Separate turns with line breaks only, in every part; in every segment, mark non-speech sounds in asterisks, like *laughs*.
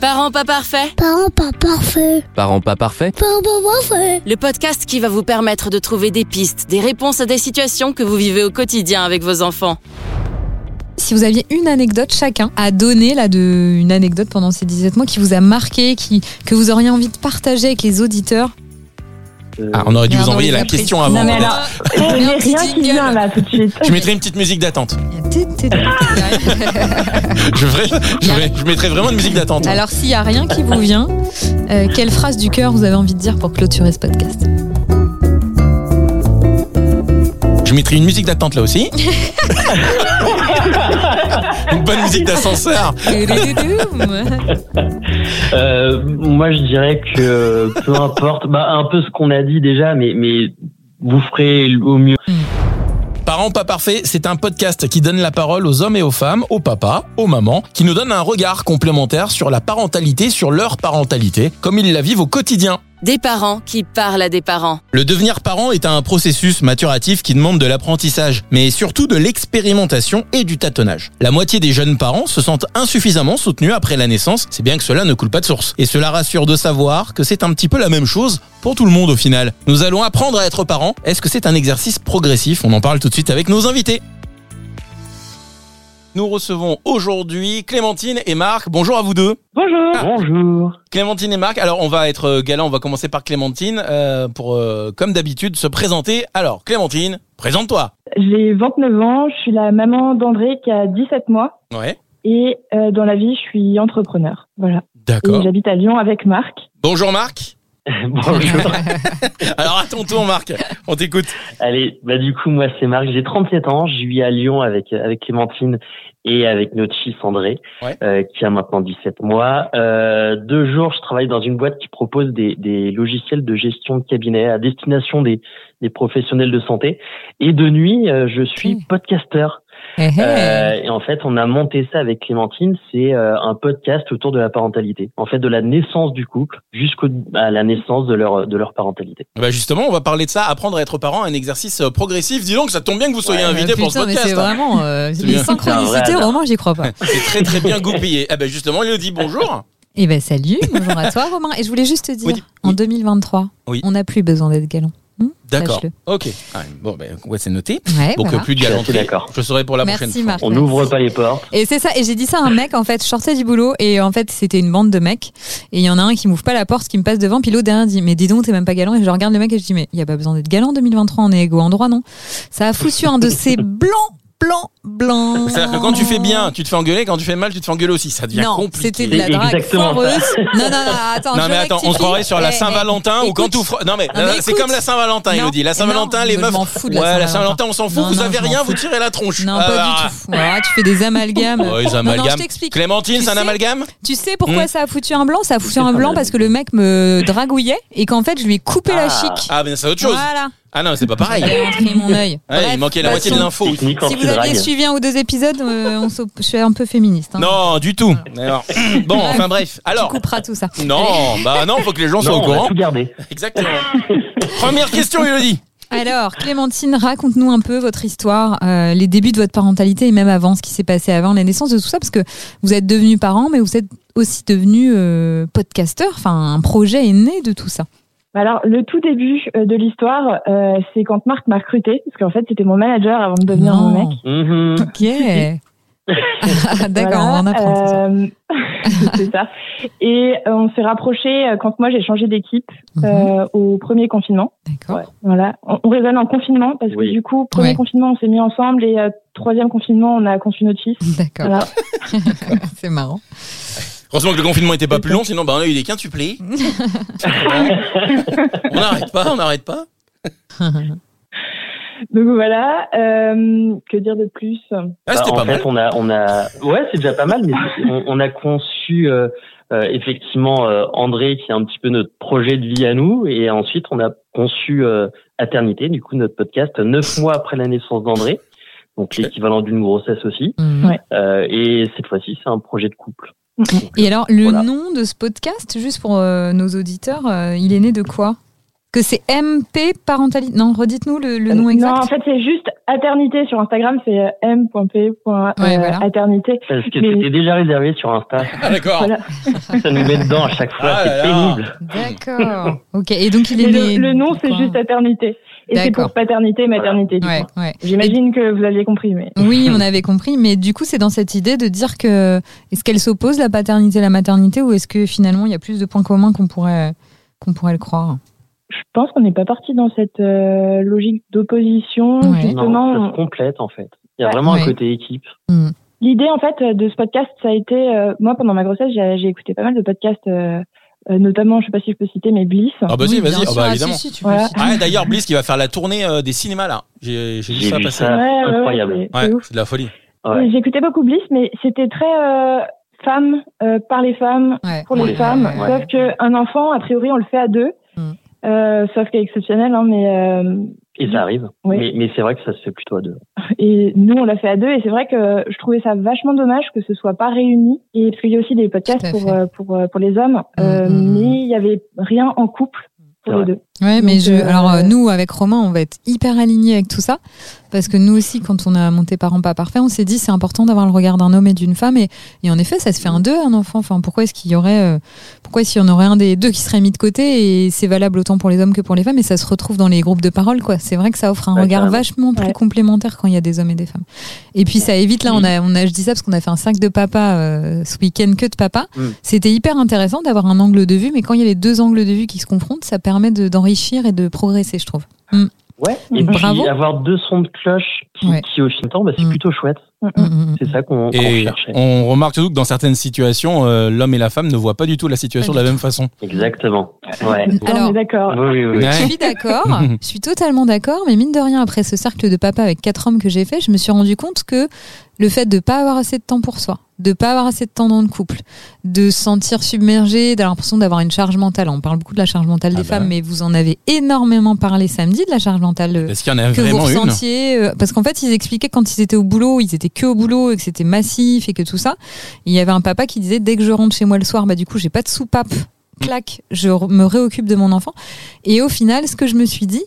Parents pas parfaits,
Parents pas parfaits.
Parents pas parfaits
Parents pas parfaits.
le podcast qui va vous permettre de trouver des pistes, des réponses à des situations que vous vivez au quotidien avec vos enfants.
Si vous aviez une anecdote chacun à donner, là, de, une anecdote pendant ces 17 mois qui vous a marqué, qui, que vous auriez envie de partager avec les auditeurs.
Ah, on aurait dû
Non,
vous
non,
envoyer
il a
la
pris-
question
Non,
avant.
mais
peut-être.
alors- *laughs* J'ai
Mets un petit
rien qui
jingle.
vient là Bah, tout de suite.
Je mettrai une petite musique d'attente. *laughs* Je, ferai- je, ferai- je mettrai vraiment une musique d'attente.
Alors, s'il n'y a rien qui vous vient, euh, quelle phrase du cœur vous avez envie de dire pour clôturer ce podcast
*laughs* Je mettrai une musique d'attente là aussi. une bonne musique d'ascenseur.
Eh,
Euh, moi, je dirais que euh, peu importe, bah, un peu ce qu'on a dit déjà, mais, mais vous ferez au mieux.
Parents pas parfaits, c'est un podcast qui donne la parole aux hommes et aux femmes, aux papas, aux mamans, qui nous donne un regard complémentaire sur la parentalité, sur leur parentalité, comme ils la vivent au quotidien.
Des parents qui parlent à des parents.
Le devenir parent est un processus maturatif qui demande de l'apprentissage, mais surtout de l'expérimentation et du tâtonnage. La moitié des jeunes parents se sentent insuffisamment soutenus après la naissance, c'est bien que cela ne coule pas de source. Et cela rassure de savoir que c'est un petit peu la même chose pour tout le monde au final. Nous allons apprendre à être parents. Est-ce que c'est un exercice progressif On en parle tout de suite avec nos invités. Nous recevons aujourd'hui Clémentine et Marc. Bonjour à vous deux.
Bonjour.
Bonjour. *laughs*
Clémentine et Marc, alors on va être euh, galant, on va commencer par Clémentine euh, pour, euh, comme d'habitude, se présenter. Alors Clémentine, présente-toi.
J'ai 29 ans, je suis la maman d'André qui a 17 mois
Ouais.
et euh, dans la vie, je suis entrepreneur. Voilà. Et
D'accord.
j'habite à Lyon avec Marc.
Bonjour Marc.
Bonjour.
Alors à ton tour Marc, on t'écoute.
Allez, bah, du coup, moi, c'est Marc, j'ai 37 ans, je vis à Lyon avec, avec Clémentine et avec notre fils André,
Ouais.
euh, qui a maintenant 17 mois. Euh, deux jours, je travaille dans une boîte qui propose des, des logiciels de gestion de cabinet à destination des, des professionnels de santé. Et de nuit, euh, je suis
Hmm.
podcasteur.
Eh, eh.
Euh, et en fait, on a monté ça avec Clémentine. C'est euh, un podcast autour de la parentalité. En fait, de la naissance du couple jusqu'au à la naissance de leur de leur parentalité.
Bah justement, on va parler de ça, apprendre à être parent, un exercice euh, progressif. Dis donc, ça tombe bien que vous soyez
Ouais,
invité
bah, Putain,
pour ce
mais
podcast.
C'est
hein.
vraiment euh,
C'est
les
bien.
C'est
synchronicités,
un vrai
Romain, j'y crois
*laughs*
pas.
C'est très très bien goupillé. Ah bah justement, il nous dit bonjour.
Eh ben salut, bonjour à toi Romain. Et je voulais juste te dire,
Oui, oui.
en 2023,
Oui.
on n'a plus besoin d'être galant.
D'accord.
Sache-le.
Ok. Ah, bon, bah, ouais, c'est noté.
Ouais,
Donc
voilà.
plus de
Je suis
galanterie.
assez d'accord.
Je serai pour la
Merci,
prochaine
Marc.
fois.
On
Ouais.
n'ouvre pas les portes.
Et c'est ça, et j'ai dit ça à un mec, en fait, je sortais du boulot, et en fait, c'était une bande de mecs, et il y en a un qui m'ouvre pas la porte, qui me passe devant, puis l'autre derrière dit, mais dis donc, t'es même pas galant, et je regarde le mec et je dis, mais il y a pas besoin d'être galant en 2023, on est égaux en droit, non? Ça a foutu un de ces blancs, blancs, blancs.
C'est-à-dire que quand tu fais bien, tu te fais engueuler, quand tu fais mal, tu te fais engueuler aussi. Ça devient
Non,
compliqué.
c'était de la
C'est
drague
exactement ça.
foireuse. Non, non, non, attends,
Non
je
mais attends, on se
rectifie.
croirait sur la
Eh, eh,
Saint-Valentin ou quand
écoute.
tout froid. Non mais,
Non, mais
euh, c'est
écoute.
comme la Saint-Valentin, il
Non.
nous dit. La Saint-Valentin,
eh, Non,
les
je
meufs.
m'en fous de la
ouais, la
Saint-Valentin,
Saint-Valentin, on s'en fout.
Non,
vous
non,
avez
je m'en
rien, vous
fous.
tirez la tronche.
Non,
Ah,
pas
bah,
du tout. Voilà, tu fais des amalgames.
Ouais, ils
Non, non,
amalgament.
je t'explique.
Clémentine,
Tu
c'est un
sais-
amalgame
Tu sais pourquoi
Hmm.
ça a foutu un blanc Ça a foutu
C'est
un
pas
blanc
mal.
parce que le mec me dragouillait et qu'en fait je lui ai coupé la
Ah.
chic.
Ah, mais c'est autre chose.
Voilà.
Ah non, c'est pas pareil.
Il a entré mon œil.
Ouais,
Bref,
il manquait la moitié de
passons.
l'info.
Technique
Si vous aviez
anti-drague.
suivi un ou deux épisodes, euh, on s'op- je suis un peu féministe. hein.
Non, du tout. Alors, *coughs* bon, enfin bref.
Tu
Alors,
couperas tout ça.
non, bah non, faut que les gens soient
Non,
au
on
courant.
a tout gardé.
Exactement. Première question, Elodie.
Alors, Clémentine, raconte-nous un peu votre histoire, euh, les débuts de votre parentalité et même avant ce qui s'est passé avant la naissance de tout ça, parce que vous êtes devenus parents, mais vous êtes aussi devenus euh, podcasteurs. Enfin, un projet est né de tout ça.
Bah Alors, le tout début euh, de l'histoire, euh, c'est quand Marc m'a recruté, parce qu'en fait, c'était mon manager avant de devenir
Non.
mon mec.
Mhm.
Ok. *laughs*
*laughs*
D'accord,
Voilà,
on en apprend. ce soir.
euh, *laughs* c'est ça. Et euh, on s'est rapproché quand moi j'ai changé d'équipe
Mhm,
euh, au premier confinement.
D'accord.
Voilà, on, on raisonne en confinement parce
Oui.
que du coup, premier
Ouais.
confinement, on s'est mis ensemble et euh, troisième confinement, on a conçu notre fils.
*laughs* D'accord.
Voilà.
*laughs* C'est
*laughs*
marrant.
Heureusement que le confinement était pas plus long, sinon bah, on a eu
*laughs*
des quintuplés. on n'arrête pas, on n'arrête pas.
Donc voilà, euh, que dire de plus
Ah,
Bah,
c'était
en
pas
fait,
mal.
on a, on a, ouais, c'est déjà pas mal, mais *laughs* c'est- on, on a conçu euh, euh, effectivement euh, André, qui est un petit peu notre projet de vie à nous, et ensuite on a conçu euh, Aternité, du coup notre podcast, neuf mois après la naissance d'André, donc l'équivalent d'une grossesse aussi,
Mhm.
Ouais.
Euh, et cette fois-ci c'est un projet de couple.
Et alors, le
Voilà.
nom de ce podcast, juste pour euh, nos auditeurs, euh, il est né de quoi que c'est MP parentalité. Non, redites-nous le, le nom exact.
Non,
*laughs*
en fait, c'est juste Aternité sur Instagram, c'est euh,
Ouais, voilà.
m.p.aternité.
Parce que
Mais-
c'était déjà réservé sur Insta.
Ah, d'accord.
Voilà.
Ça nous met dedans à chaque fois.
Ah là
c'est
là.
pénible.
D'accord. ok. Et donc il est
Mais
né.
le, le nom, c'est
quoi
juste Aternité. Et c'est
D'accord.
pour paternité et maternité. du
Ouais,
coup.
ouais.
J'imagine que vous aviez compris, mais
Oui, on avait compris, mais du coup, c'est dans cette idée de dire que est-ce qu'elle s'oppose la paternité et la maternité ou est-ce que finalement il y a plus de points communs qu'on pourrait qu'on pourrait le croire
je pense qu'on n'est pas parti dans cette euh, logique d'opposition.
Ouais.
Justement,
Non,
on-
ça se complète en fait. Il y a vraiment
Ouais.
un côté équipe.
L'idée en fait de ce podcast, ça a été euh, moi pendant ma grossesse, j'ai j'ai écouté pas mal de podcasts, euh, euh, notamment, je sais pas si je peux citer, mais Bliss.
Ah, bah si,
Oui,
vas-y,
bien
Ah
sûr.
bah,
Ah,
évidemment.
si, si, tu
Voilà.
peux aussi.
Ah, d'ailleurs, Bliss qui va faire la tournée euh, des cinémas là. J'ai j'ai vu
J'ai
ça
vu
passer.
ça. incroyable.
c'est- c'est
Ouais,
ouf.
c'est de la folie.
Ouais.
Et J'écoutais beaucoup Bliss, mais c'était très euh, femme euh, par les femmes
Ouais.
pour les
Ouais,
femmes.
ouais.
Sauf que un enfant, a priori, on le fait à deux.
Mm.
Euh, sauf qu'il est exceptionnel, hein, mais euh,
Et ça arrive.
Ouais.
Mais, mais c'est vrai que ça se fait plutôt à deux.
et nous on l'a fait à deux et c'est vrai que je trouvais ça vachement dommage que ce soit pas réuni et parce qu'il y a aussi des
Tout à
podcasts pour
fait.
euh, pour euh, pour les hommes,
Mm,
euh,
mm, mm.
mais il y avait rien en couple
C'est
pour les
vrai.
deux.
Ouais, mais
Donc,
je,
euh,
alors euh, nous avec Romain, on va être hyper alignés avec tout ça parce que nous aussi, quand on a monté Parents pas parfaits, on s'est dit c'est important d'avoir le regard d'un homme et d'une femme et, et en effet, ça se fait un deux un enfant. Enfin, pourquoi est-ce qu'il y aurait, euh, pourquoi est-ce qu'il y en aurait un des deux qui serait mis de côté et c'est valable autant pour les hommes que pour les femmes et ça se retrouve dans les groupes de parole quoi. C'est vrai que ça offre un
Ouais,
regard
carrément.
vachement plus
Ouais.
complémentaire quand il y a des hommes et des femmes. Et puis ça évite là, on a, on a, je dis ça parce qu'on a fait un sac de papa euh, ce week-end que de papa.
Mm.
C'était hyper intéressant d'avoir un angle de vue, mais quand il y a les deux angles de vue qui se confrontent, ça permet de- d'enrichir et de progresser, je trouve.
Ouais. Et
Bravo.
puis avoir deux sons de cloche qui,
Ouais.
qui, au fil du temps, bah, c'est
Mm.
plutôt chouette.
Mm, mm, mm.
C'est ça qu'on qu'on
Et
cherchait.
on remarque surtout que dans certaines situations, euh, l'homme et la femme ne voient pas du tout la situation de la même façon.
Exactement.
*laughs*
Ouais.
Non,
Alors-
mais Ah, d'accord.
Oui, oui, oui.
Ouais.
Je suis
*laughs*
d'accord, je suis totalement d'accord, mais mine de rien, après ce cercle de papa avec quatre hommes que j'ai fait, je me suis rendu compte que le fait de pas avoir assez de temps pour soi, de pas avoir assez de temps dans le couple, de se sentir submergé, d'avoir l'impression d'avoir une charge mentale, on parle beaucoup de la charge mentale des
Ah bah.
femmes, mais vous en avez énormément parlé samedi de la charge mentale euh,
Est-ce qu'il y en a
que vous
vraiment une
ressentiez euh, parce qu'en fait ils expliquaient quand ils étaient au boulot ils étaient que au boulot et que c'était massif et que tout ça il y avait un papa qui disait dès que je rentre chez moi le soir bah du coup j'ai pas de soupape clac je re- me réoccupe de mon enfant et au final ce que je me suis dit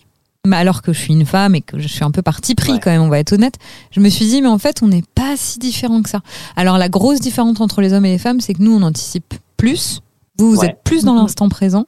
mais alors que je suis une femme et que je suis un peu parti pris
Ouais.
quand même on va être honnête je me suis dit mais en fait on n'est pas si différent que ça alors la grosse différence entre les hommes et les femmes c'est que nous on anticipe plus vous, vous
Ouais.
êtes plus dans
Mm-hmm.
Mhm.
l'instant présent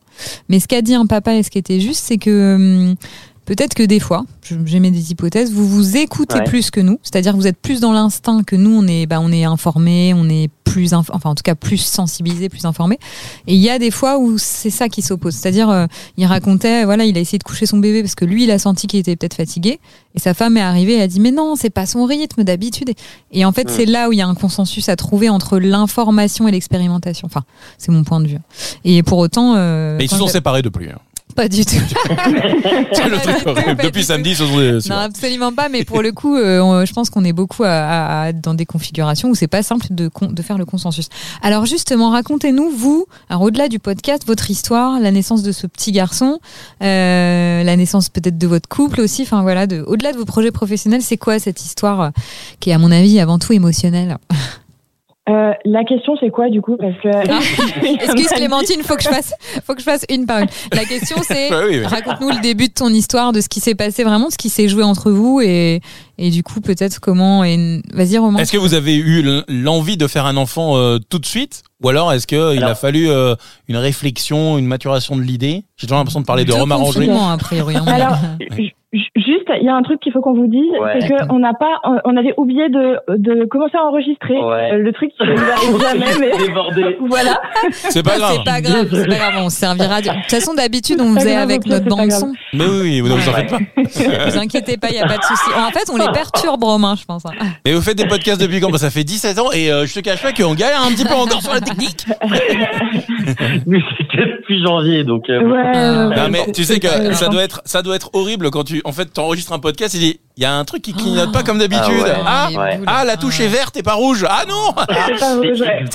mais ce qu'a dit un papa et ce qui était juste c'est que hum, Peut-être que des fois, je- j'émets des hypothèses, vous vous écoutez
Ouais.
plus que nous, c'est-à-dire que vous êtes plus dans l'instinct que nous, on est, bah, on est informé, on est plus, inf- enfin en tout cas plus sensibilisé, plus informé. Et il y a des fois où c'est ça qui s'oppose, c'est-à-dire euh, il racontait, voilà, il a essayé de coucher son bébé parce que lui, il a senti qu'il était peut-être fatigué, et sa femme est arrivée et a dit mais non, c'est pas son rythme d'habitude. Et- Et en fait,
Mm.
c'est là où il y a un consensus à trouver entre l'information et l'expérimentation. Enfin, c'est mon point de vue. Et pour autant, euh,
Mais ils se
quand
sont
je-
séparés depuis.
*laughs*
hein.
pas du tout.
C'est le truc horrible. Depuis samedi, ils se sont séparés.
Non, absolument pas. Mais pour le coup, euh, on- je pense qu'on est beaucoup à, à- à- dans des configurations où c'est pas simple de, con- de faire le consensus. Alors justement, racontez-nous vous, alors au-delà du podcast, votre histoire, la naissance de ce petit garçon, euh, la naissance peut-être de votre couple aussi. Enfin voilà, de, au-delà de vos projets professionnels, c'est quoi cette histoire euh, qui est à mon avis avant tout émotionnelle
Euh, la question, c'est quoi du coup Parce que *laughs*
Excuse Clémentine, faut Ah, que je fasse, faut que je fasse une par une. La question c'est
Ouais, oui, oui.
Raconte-nous le début de ton histoire, de ce qui s'est passé vraiment, ce qui s'est joué entre vous et, et du coup peut-être comment. Et... Vas-y Romain.
Est-ce que vous avez eu l- l'envie de faire un enfant euh, tout de suite Ou alors est-ce qu'il a
Alors-
fallu euh, une réflexion, une maturation de l'idée J'ai toujours l'impression de parler de
Deux
Romain Rangé.
confinements, a priori. hein.
Alors, ju- ju- juste, il y a un truc qu'il faut qu'on vous dise,
Ouais.
c'est qu'on n'a pas, on on avait oublié de, de commencer à enregistrer
Ouais.
Euh, le truc qui nous arrive
*laughs*
jamais, mais *laughs*
Débordé.
voilà.
C'est pas grave.
*laughs* C'est pas grave, c'est pas grave, on se servira. du- De toute façon, d'habitude, on
C'est
faisait
pas
avec
grave,
notre
c'est pas
bande
grave.
son.
Mais oui, oui, ne vous en
Ouais.
faites pas.
Vous inquiétez pas, il n'y a pas de souci. En fait, on les perturbe, Romain, je pense. hein.
Mais vous faites des podcasts depuis quand Bah, Ça fait 17 ans et euh, je te cache pas qu'on galère un petit peu encore sur la technique.
Nous, c'est que depuis janvier, donc. euh,
Ouais,
bon.
ouais, ouais.
Non mais tu sais que
euh,
ça doit être ça doit être horrible quand tu en fait t'enregistres un podcast et dis il y a un truc qui clignote pas comme
Ah
d'habitude.
ouais.
Ah
les
ouais.
boules.
ah la touche
Ah.
est verte et pas rouge. Ah non
C'est pas vrai,
C'est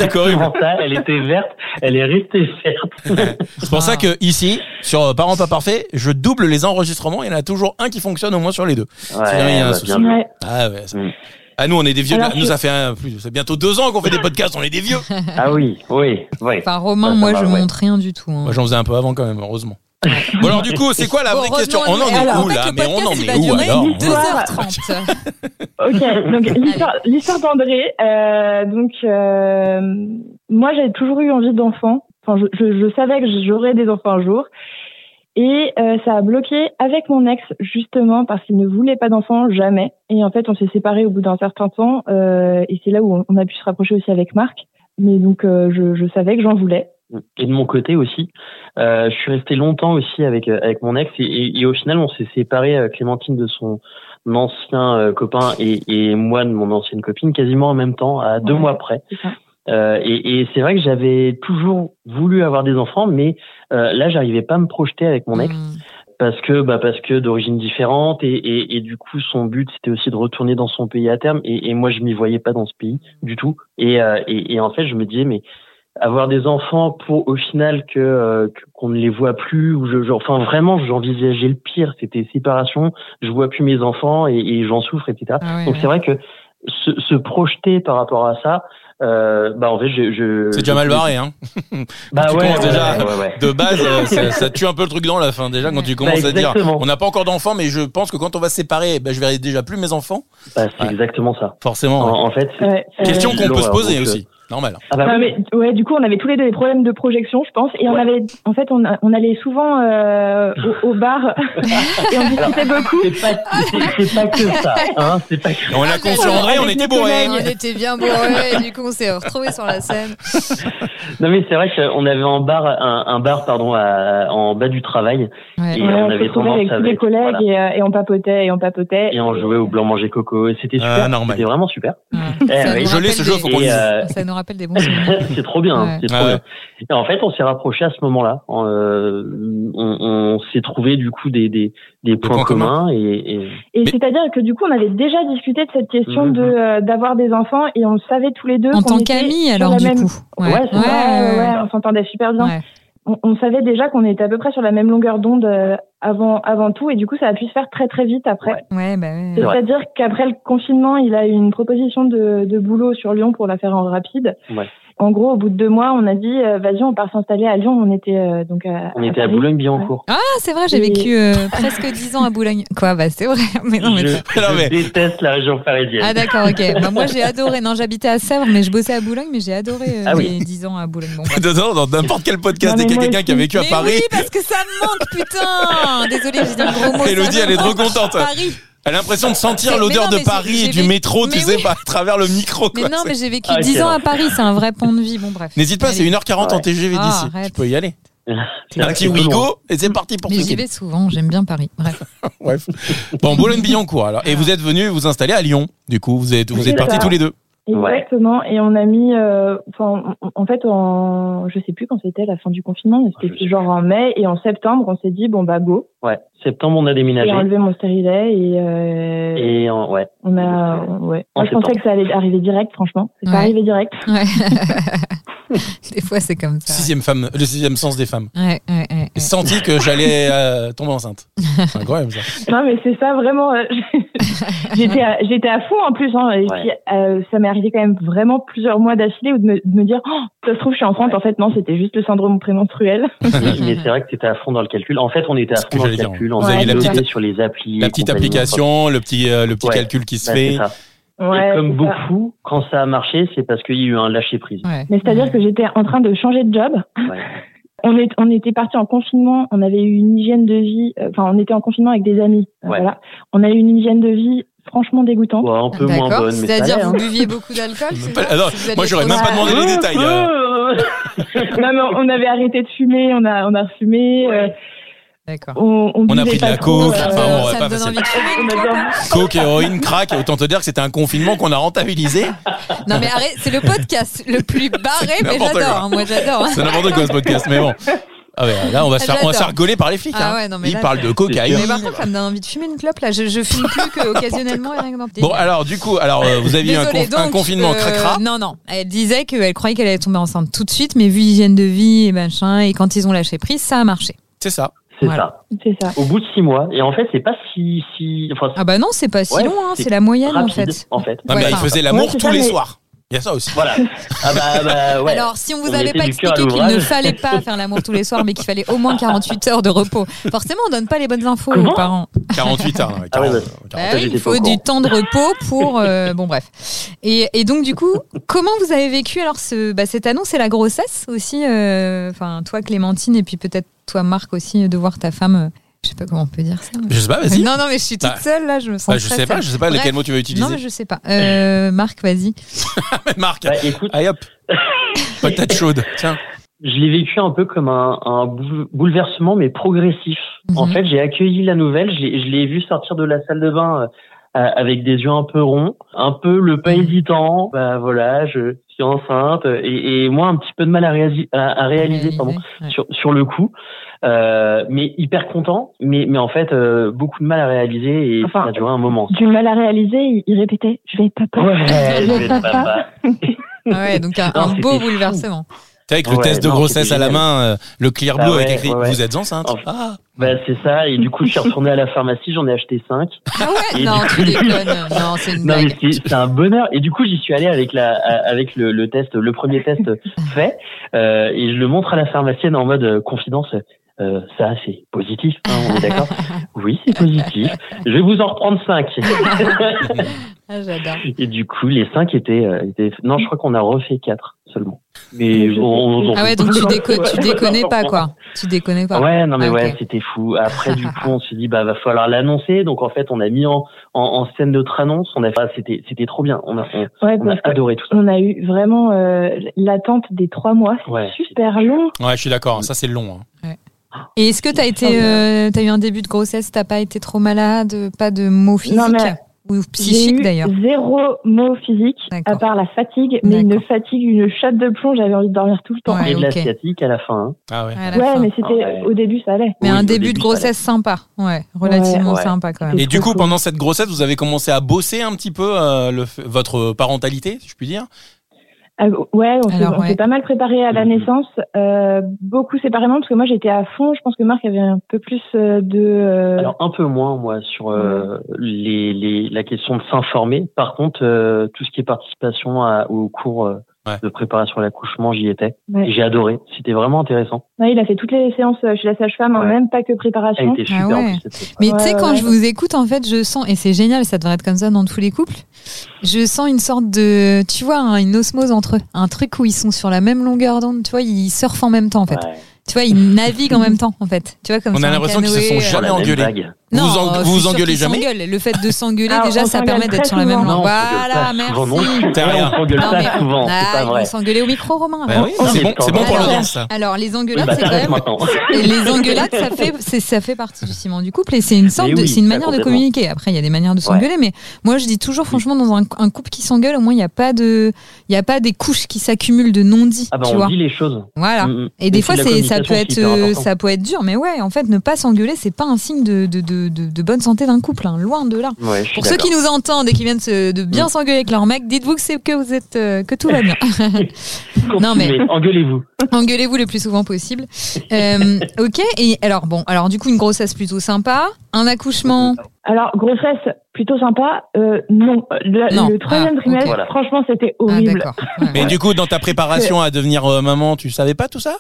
ouais.
horrible.
exactement ça. Elle était verte, elle est restée verte.
C'est pour ça que ici sur euh, Parents pas parfaits, je double les enregistrements, il y en a toujours un qui fonctionne au moins sur les deux. jamais il y a un
bah,
souci.
bien joué.
Ouais.
Ah ouais. ça-
Mm.
Ah nous on est des vieux,
Alors
nous
que-
ça fait un, plus ça fait bientôt deux ans qu'on fait des podcasts, on est des vieux.
Ah oui, oui, oui.
Enfin, Romain,
Ça, ça
moi,
va,
je
ouais.
montre rien du tout. hein.
Moi j'en faisais un peu avant quand même, heureusement. Bon alors du coup, c'est quoi la vraie
Bon,
question On
revenons
en
à
est
nous. Alors,
où
fait,
là
le
Mais on en
podcast, il va
est où
durer
alors
2h30.
Ok, donc l'histoire- l'histoire d'André. euh, donc, euh, moi, j'avais toujours eu envie d'enfants. Enfin, je, je- je savais que j'aurais des enfants un jour. Et euh, ça a bloqué avec mon ex, justement, parce qu'il ne voulait pas d'enfants, jamais. Et en fait, on s'est séparés au bout d'un certain temps. euh, et c'est là où on, on a pu se rapprocher aussi avec Marc. Mais donc, euh, je, je savais que j'en voulais.
et de mon côté aussi. Euh, je suis resté longtemps aussi avec euh, avec mon ex et, et- et au final on s'est séparé euh, Clémentine de son ancien euh, copain et, et moi de mon ancienne copine quasiment en même temps à deux
Ouais.
mois près.
C'est ça.
Euh, et et c'est vrai que j'avais toujours voulu avoir des enfants mais euh, là j'arrivais pas à me projeter avec mon ex
Mmh.
parce que bah parce que d'origine différente et, et, et du coup son but c'était aussi de retourner dans son pays à terme et, et moi je m'y voyais pas dans ce pays du tout et, euh, et, et en fait je me disais mais avoir des enfants pour au final que euh, que- qu'on ne les voit plus ou je, je- enfin vraiment j'envisageais le pire c'était séparation je vois plus mes enfants et, et j'en souffre etc
Ah ouais,
donc
ouais.
c'est vrai que se, se projeter par rapport à ça euh, bah en fait je, je
C'est déjà mal barré, hein.
bah
Tu
ouais,
commences
ouais,
déjà.
ouais, ouais, ouais.
De base, euh, ça, ça tue un peu le truc dans la fin déjà quand tu
Ouais.
commences
Bah,
à dire.
exactement.
On n'a pas encore d'enfants, mais je pense que quand on va se séparer, bah, je verrai déjà plus mes enfants.
Bah, c'est
Ouais.
exactement ça
Forcément. ouais.
en, en fait c'est-
Ouais,
Oh.
euh,
Question qu'on peut se
Ouais,
poser
donc, euh,
aussi. Normal.
ah bah
Non,
oui.
mais, ouais, du coup, on avait tous les deux des problèmes de projection, je pense. Et on
Ouais.
avait, en fait, on, a- on allait souvent euh, au, au bar
*laughs*
et on discutait beaucoup.
C'est pas, c'est- c'est pas que ça, hein, c'est pas que
Et on l'a con sur André, on
Avec
était
mes
bourrés.
collègues.
On était bien bourrés, et du coup on s'est retrouvés sur la scène.
Non mais c'est vrai qu'on avait en bar un, un bar pardon à- en bas du travail
Ouais.
Et on
se
avait
retrouvait
tendance
avec tous
avec,
les collègues et, euh, et on papotait et on papotait.
et on jouait au blanc manger coco et c'était
Ah,
super,
normal.
c'était
*laughs*
vraiment super.
Ouais. Ça
oui.
nous
Je l'ai,
rappelle
Ah, ce jeu,
des-
faut qu'on
Et,
le dise.
euh,
Ça nous rappelle des bons souvenirs.
c'est trop bien,
Ouais.
c'est trop
Ah ouais.
bien. Et en fait, on s'est rapproché à ce moment-là. En, euh, on on s'est trouvé du coup des des, des points,
points communs.
communs, et, et
Et
Mais-
c'est-à-dire que du coup, on avait déjà discuté de cette question
Mhm.
de euh, d'avoir des enfants et on savait tous les deux.
En
qu'on
tant
était
qu'amis
sur
alors
la
du
même-
coup.
Ouais, c'est ça, ouais, ouais, on s'entendait super bien.
Ouais.
On, on savait déjà qu'on était à peu près sur la même longueur d'onde euh, avant avant tout et du coup, ça a pu se faire très très vite après.
Ouais, bah ouais.
C'est vrai.
C'est-à-dire qu'après le confinement, il a eu une proposition de, de boulot sur Lyon pour la faire en rapide.
Ouais.
En gros, au bout de deux mois, on a dit euh, vas-y, on part s'installer à Lyon. On était euh, donc à,
on était à
Paris.
Boulogne-Billancourt.
Ah, c'est vrai, j'ai vécu euh, presque 10 ans à Boulogne. Quoi, bah c'est vrai. *laughs* Mais non, mais
je,
ça-
je
Non, mais-
déteste la région parisienne.
Ah d'accord, ok. Bah, moi j'ai adoré. Non, j'habitais à Sèvres, mais je bossais à Boulogne, mais j'ai adoré euh,
Ah oui.
mes 10 ans à Boulogne. Bon, bref.
Dedans, *laughs* dans n'importe quel podcast,
Non, mais
dès qu'il y a
moi
quelqu'un qui a
aussi.
vécu à
mais
Paris,
oui, parce que ça me manque, putain Désolée, j'ai dit un gros mot. ça
Elodie,
me
elle est trop
manque.
contente.
Paris.
Elle a l'impression de sentir
Mais- mais
l'odeur
non,
de
mais
Paris
j'ai-
et du
j'ai-
métro, tu
mais
sais,
oui.
par- à travers le micro.
Mais
quoi.
non,
C'est-
mais j'ai vécu
Ah,
10
quel
ans à
enfer.
Paris, c'est un vrai pont de vie. Bon, bref.
N'hésite pas, c'est
Allez.
1h40 en
Ouais.
TGV
Ah,
d'ici.
arrête.
Tu peux y aller.
C'est
Un
vrai que
petit
c'est trop loin.
Wigo et c'est parti pour
Mais
ce
j'y vais souvent, j'aime bien Paris. Bref.
Bref. *laughs* Bon, Boulogne-Billancourt alors. Et vous êtes venus vous installer à Lyon. Du coup, vous êtes, vous
C'est
êtes partis
ça.
tous les deux.
Exactement. Et on a mis, euh, enfin, en- en fait, en, je sais plus quand c'était la fin du confinement, mais
Je
c'était
sais
genre en mai et en septembre, on s'est dit bon bah go.
Ouais, septembre on a
J'ai
déménagé
enlevé mon stérilet et, euh,
et en- ouais.
on a, ouais.
En
Moi, je pensais
septembre.
que ça allait arriver direct, franchement. C'est
Ouais.
pas arrivé direct.
Ouais.
*laughs*
Des fois, c'est comme ça.
Sixième femme, le sixième sens des femmes.
Ouais, ouais, ouais,
J'ai
ouais.
senti que j'allais euh, tomber
*laughs*
enceinte. C'est incroyable ça.
Non, mais c'est ça, vraiment. euh, *laughs* j'étais, à, j'étais à fond en plus. Hein, et
Ouais.
puis, euh, ça m'est arrivé quand même vraiment plusieurs mois d'affilée où de me, de me dire, oh, ça se trouve, je suis enceinte. En fait, non, c'était juste le syndrome prémenstruel.
Oui, mais c'est vrai que t'étais à fond dans le calcul. En fait, on était à
Ce que
fond dans
j'allais
le
dire.
calcul.
Vous
On
aviez
était
la
bloqués
petite-
sur les applis.
La
et
petite
compagnie.
application, le petit, euh, le petit
Ouais.
calcul qui se
Bah, c'est
fait.
ça.
Ouais,
et comme
c'est ça.
beaucoup, quand ça a marché, c'est parce qu'il y a eu un lâcher prise.
Ouais.
Mais c'est-à-dire que j'étais en train de changer de job.
Ouais.
On, est, on était parti en confinement, on avait eu une hygiène de vie, euh, enfin on était en confinement avec des amis, euh,
Ouais.
voilà. On a eu une hygiène de vie franchement dégoûtante.
Ouais, un peu moins
D'accord,
bonne, mais ça
c'est-à-dire
allait, hein.
vous buviez beaucoup
*laughs*
d'alcool Ah, c'est
Pas-
ça
alors,
Si vous aviez
moi, j'aurais
trop
même pas
de-
demandé les détails. euh.
*laughs* non, mais on avait arrêté de fumer, on a, on a refumé, euh,
D'accord.
on, on,
On a
buvait
pris de
pas
la
trop,
coke,
euh,
enfin, Oh, on aurait
ça
pas
me donne
fait
envie de fumer,
on
une
a
clope,
bien-
hein.
Coke, héroïne, crack. Autant te dire que c'était un confinement qu'on a rentabilisé.
Non mais arrête, c'est le podcast le plus barré, mais
n'importe
j'adore.
quoi.
hein, Moi j'adore. hein.
C'est n'importe quoi ce podcast, mais bon. Ah ouais, là, on va se faire, on va se faire gauler par les flics.
Ah
hein.
ouais, non, mais
Ils
là-
parlent de cocaïne.
Mais par contre, ça me donne envie de fumer une clope là. Je, je fume plus qu'occasionnellement et rien que dans
Bon, alors, du coup, alors, euh, vous aviez un,
Désolée,
conf- un
donc,
confinement
euh,
cracra.
Non, non. Elle disait qu'elle croyait qu'elle allait tomber enceinte tout de suite, mais vu l'hygiène de vie et machin, et quand ils ont lâché prise, ça a marché.
C'est ça.
hein. C'est
Voilà.
C'est ça.
ça. Au bout de six mois, et en fait, c'est pas si, si, enfin,
Ah bah non, c'est pas si
Ouais,
long, hein,
c'est
c'est la moyenne
rapide,
en fait.
en fait.
Non, Ah, mais
Ouais,
ils
enfin,
faisaient
ouais,
l'amour
c'est
tous
ça,
les
mais-
soirs. Il y a ça aussi.
Voilà.
*laughs*
Ah bah, bah, ouais.
Alors, si on vous
On
avait
mettait
pas
du cœur à
expliqué qu'il ne
l'ouvrage.
fallait pas faire l'amour tous les soirs, mais qu'il fallait au moins 48 heures de repos, forcément, on donne pas les bonnes infos
Comment
aux parents.
48 heures. non,
Ah ouais,
40,
ouais.
40.
Bah oui,
Ça,
il
j'étais pas au
faut du
courant.
temps de repos pour. euh, bon, bref. Et, et donc, du coup, comment vous avez vécu alors ce, bah, cette annonce et la grossesse aussi euh, Enfin, toi, Clémentine, et puis peut-être toi, Marc aussi, de voir ta femme. euh, je sais pas comment on peut dire ça. mais-
Je sais pas, vas-y.
*laughs* Non, non, mais je suis toute
Bah,
seule là, je me sens.
Bah, je
très
sais pas,
seule.
je sais pas
Bref.
lequel mot tu
Non,
vas
mais
utiliser.
je sais pas. Euh, Marc, vas-y.
*laughs* Marc,
Bah, écoute, *laughs*
allez hop, patate chaude. Tiens,
je l'ai vécu un peu comme un, un boule- bouleversement, mais progressif.
Mhm.
En fait, j'ai accueilli la nouvelle, je l'ai- je l'ai vu sortir de la salle de bain euh, euh, avec des yeux un peu ronds, un peu le
Mhm.
pas hésitant. Bah voilà, je suis enceinte, et, et moi un petit peu de mal à, réasi- à- à réaliser, pardon,
Ouais.
sur, sur le coup, Euh, mais hyper content, mais, mais en fait euh, beaucoup de mal à réaliser et
Enfin,
ça a duré un moment.
Du mal à réaliser, il, il répétait Je vais être papa.
Ouais, *laughs* je vais être papa.
Ah ouais, donc un,
Non,
un beau
c'était fou.
bouleversement.
t'es avec le
Ouais,
test de
non,
grossesse
c'était
à la
génial.
main, euh, le clear blue
Bah ouais,
avec écrit
ouais, ouais.
vous êtes enceinte.
Enfin,
Ah.
Bah, c'est ça, et du coup je suis retourné à la pharmacie, j'en ai acheté cinq.
Ah ouais,
Et
non,
du
tu
coup-
déconnes. Non, c'est une
Non, mais
blague.
c'est c'est un bonheur. Et du coup, j'y suis allé avec la, à- avec le, le test, le premier test
*laughs*
fait, euh, et je le montre à la pharmacienne en mode euh, confidence. Euh, ça, c'est positif, hein, on
*laughs*
est d'accord Oui, c'est positif. Je vais vous en reprendre cinq.
Ah, J'adore.
et du coup, les cinq étaient, euh, étaient- non, je crois qu'on a refait quatre seulement. Mais on, on- on-
Ah ouais, donc tu, déco tu déconnes pas, quoi. Tu déconnes pas.
Ouais, non mais
Ah,
ouais,
ok.
c'était fou. Après, du coup, on s'est dit bah va falloir l'annoncer. Donc en fait, on a mis en, en, en scène notre annonce. On a, ah, c'était, c'était trop bien. On a, on,
Ouais,
on a
parce que
adoré tout ça.
on a eu vraiment euh, l'attente des trois mois. C'est
Ouais.
super long.
Ah. Ouais, je suis d'accord, ça c'est long. hein.
Et est-ce que t'as été, euh, t'as eu un début de grossesse, t'as pas été trop malade, pas de maux physiques
Non, mais
ou
J'ai
psychiques
eu
d'ailleurs.
Zéro mot physique,
D'accord.
à part la fatigue, mais
D'accord.
une fatigue, une chatte de plomb, j'avais envie de dormir tout le temps.
Ouais,
et de
ok.
l'asiatique à la fin. hein.
Ah ouais.
à la
Ouais,
fin.
mais c'était
Ah ouais.
au début, ça allait.
Mais
Oui,
un
au
début de
début,
grossesse sympa, ouais, relativement
Ouais, ouais.
sympa quand même.
Et
C'est
du coup,
trop cool.
pendant cette grossesse, vous avez commencé à bosser un petit peu euh, le f- votre parentalité, si je puis dire.
Ah, ouais, on s'est-
Alors,
on s'est
ouais.
pas mal préparé à la
Mhm.
naissance, euh, beaucoup séparément, parce que moi j'étais à fond. Je pense que Marc avait un peu plus euh, de. euh,
Alors un peu moins moi sur euh, les, les, la question de s'informer. Par contre, euh, tout ce qui est participation à, aux cours euh,
Ouais.
de préparation à l'accouchement, j'y étais.
Ouais.
Et j'ai adoré. C'était vraiment intéressant.
Ouais, il a fait toutes les séances euh, chez la sage-femme, hein,
Ouais.
même pas que
Elle
préparation.
était
Ah
super. en
ouais.
plus, cette séance.
Mais tu sais,
Ouais,
quand
ouais.
je vous écoute, en fait, je sens, et c'est génial, ça devrait être comme ça dans tous les couples, je sens une sorte de, tu vois, un- une osmose entre eux, un truc où ils sont sur la même longueur d'onde, tu vois, ils surfent en même temps, en fait.
Ouais.
Tu vois, ils naviguent en même temps, en fait. Tu vois, comme
On
sur
a
un
l'impression qu'ils se
canoë,
sont
euh,
jamais
Sur la même
engueulé.
vague.
Vous
Non,
vous en-
euh, je
vous vous
suis sûre
engueulez
qu'ils
jamais
s'engueulent. Le fait de s'engueuler,
Ah,
déjà,
on
ça
s'engueule
permet
très
d'être sur la même
souvent.
langue.
Non,
Voilà,
on s'engueule pas
merci.
souvent non plus.
T'as
Ouais,
rien.
On s'engueule
Non, mais-
pas souvent, c'est
Ah,
pas
ils
vrai.
vont s'engueuler au micro, Romain.
Bah oui,
Non,
c'est
mais
bon,
t'en
c'est bon
as
pour
rien.
l'audience, ça.
Alors, les
Oui,
engueulades,
bah,
c'est
t'arrêtes
quand même
maintenant.
Et les engueulades, ça fait, c'est- ça fait partie du ciment du couple et c'est une sorte,
Mais
de-
oui,
c'est une
ça,
manière de
complètement.
communiquer. Après, il y a des manières de s'engueuler, mais moi, je dis toujours, franchement, dans un, un couple qui s'engueule, au moins, il n'y a pas de, il y a pas des couches qui s'accumulent de non-dits,
Ah bah
tu
on
vois.
dit les choses.
Voilà.
Mm, mm.
Et des
puis,
fois,
la
c'est, ça peut
communication,
être,
c'est hyper
euh,
important.
ça peut être dur, mais ouais, en fait, ne pas s'engueuler, c'est pas un signe de, de, de, de, de bonne santé d'un couple, hein, loin de là.
Ouais, je suis
Pour ceux qui nous entendent et qui viennent se- de bien
Mm.
s'engueuler avec leur mec, dites-vous que c'est que vous êtes, euh, que
*laughs*
tout va bien.
d'accord.
non, mais-
Continuez, engueulez-vous.
Engueulez-vous le plus souvent possible. Euh, ok, et alors bon, alors du coup une grossesse plutôt sympa, un accouchement.
Alors, grossesse, plutôt sympa. Euh, non, le,
Non.
le troisième
Ah,
trimestre,
ok. Voilà.
franchement, c'était
Ah
horrible.
d'accord. Ouais.
Mais du coup, dans ta préparation à devenir euh, maman, tu savais pas tout ça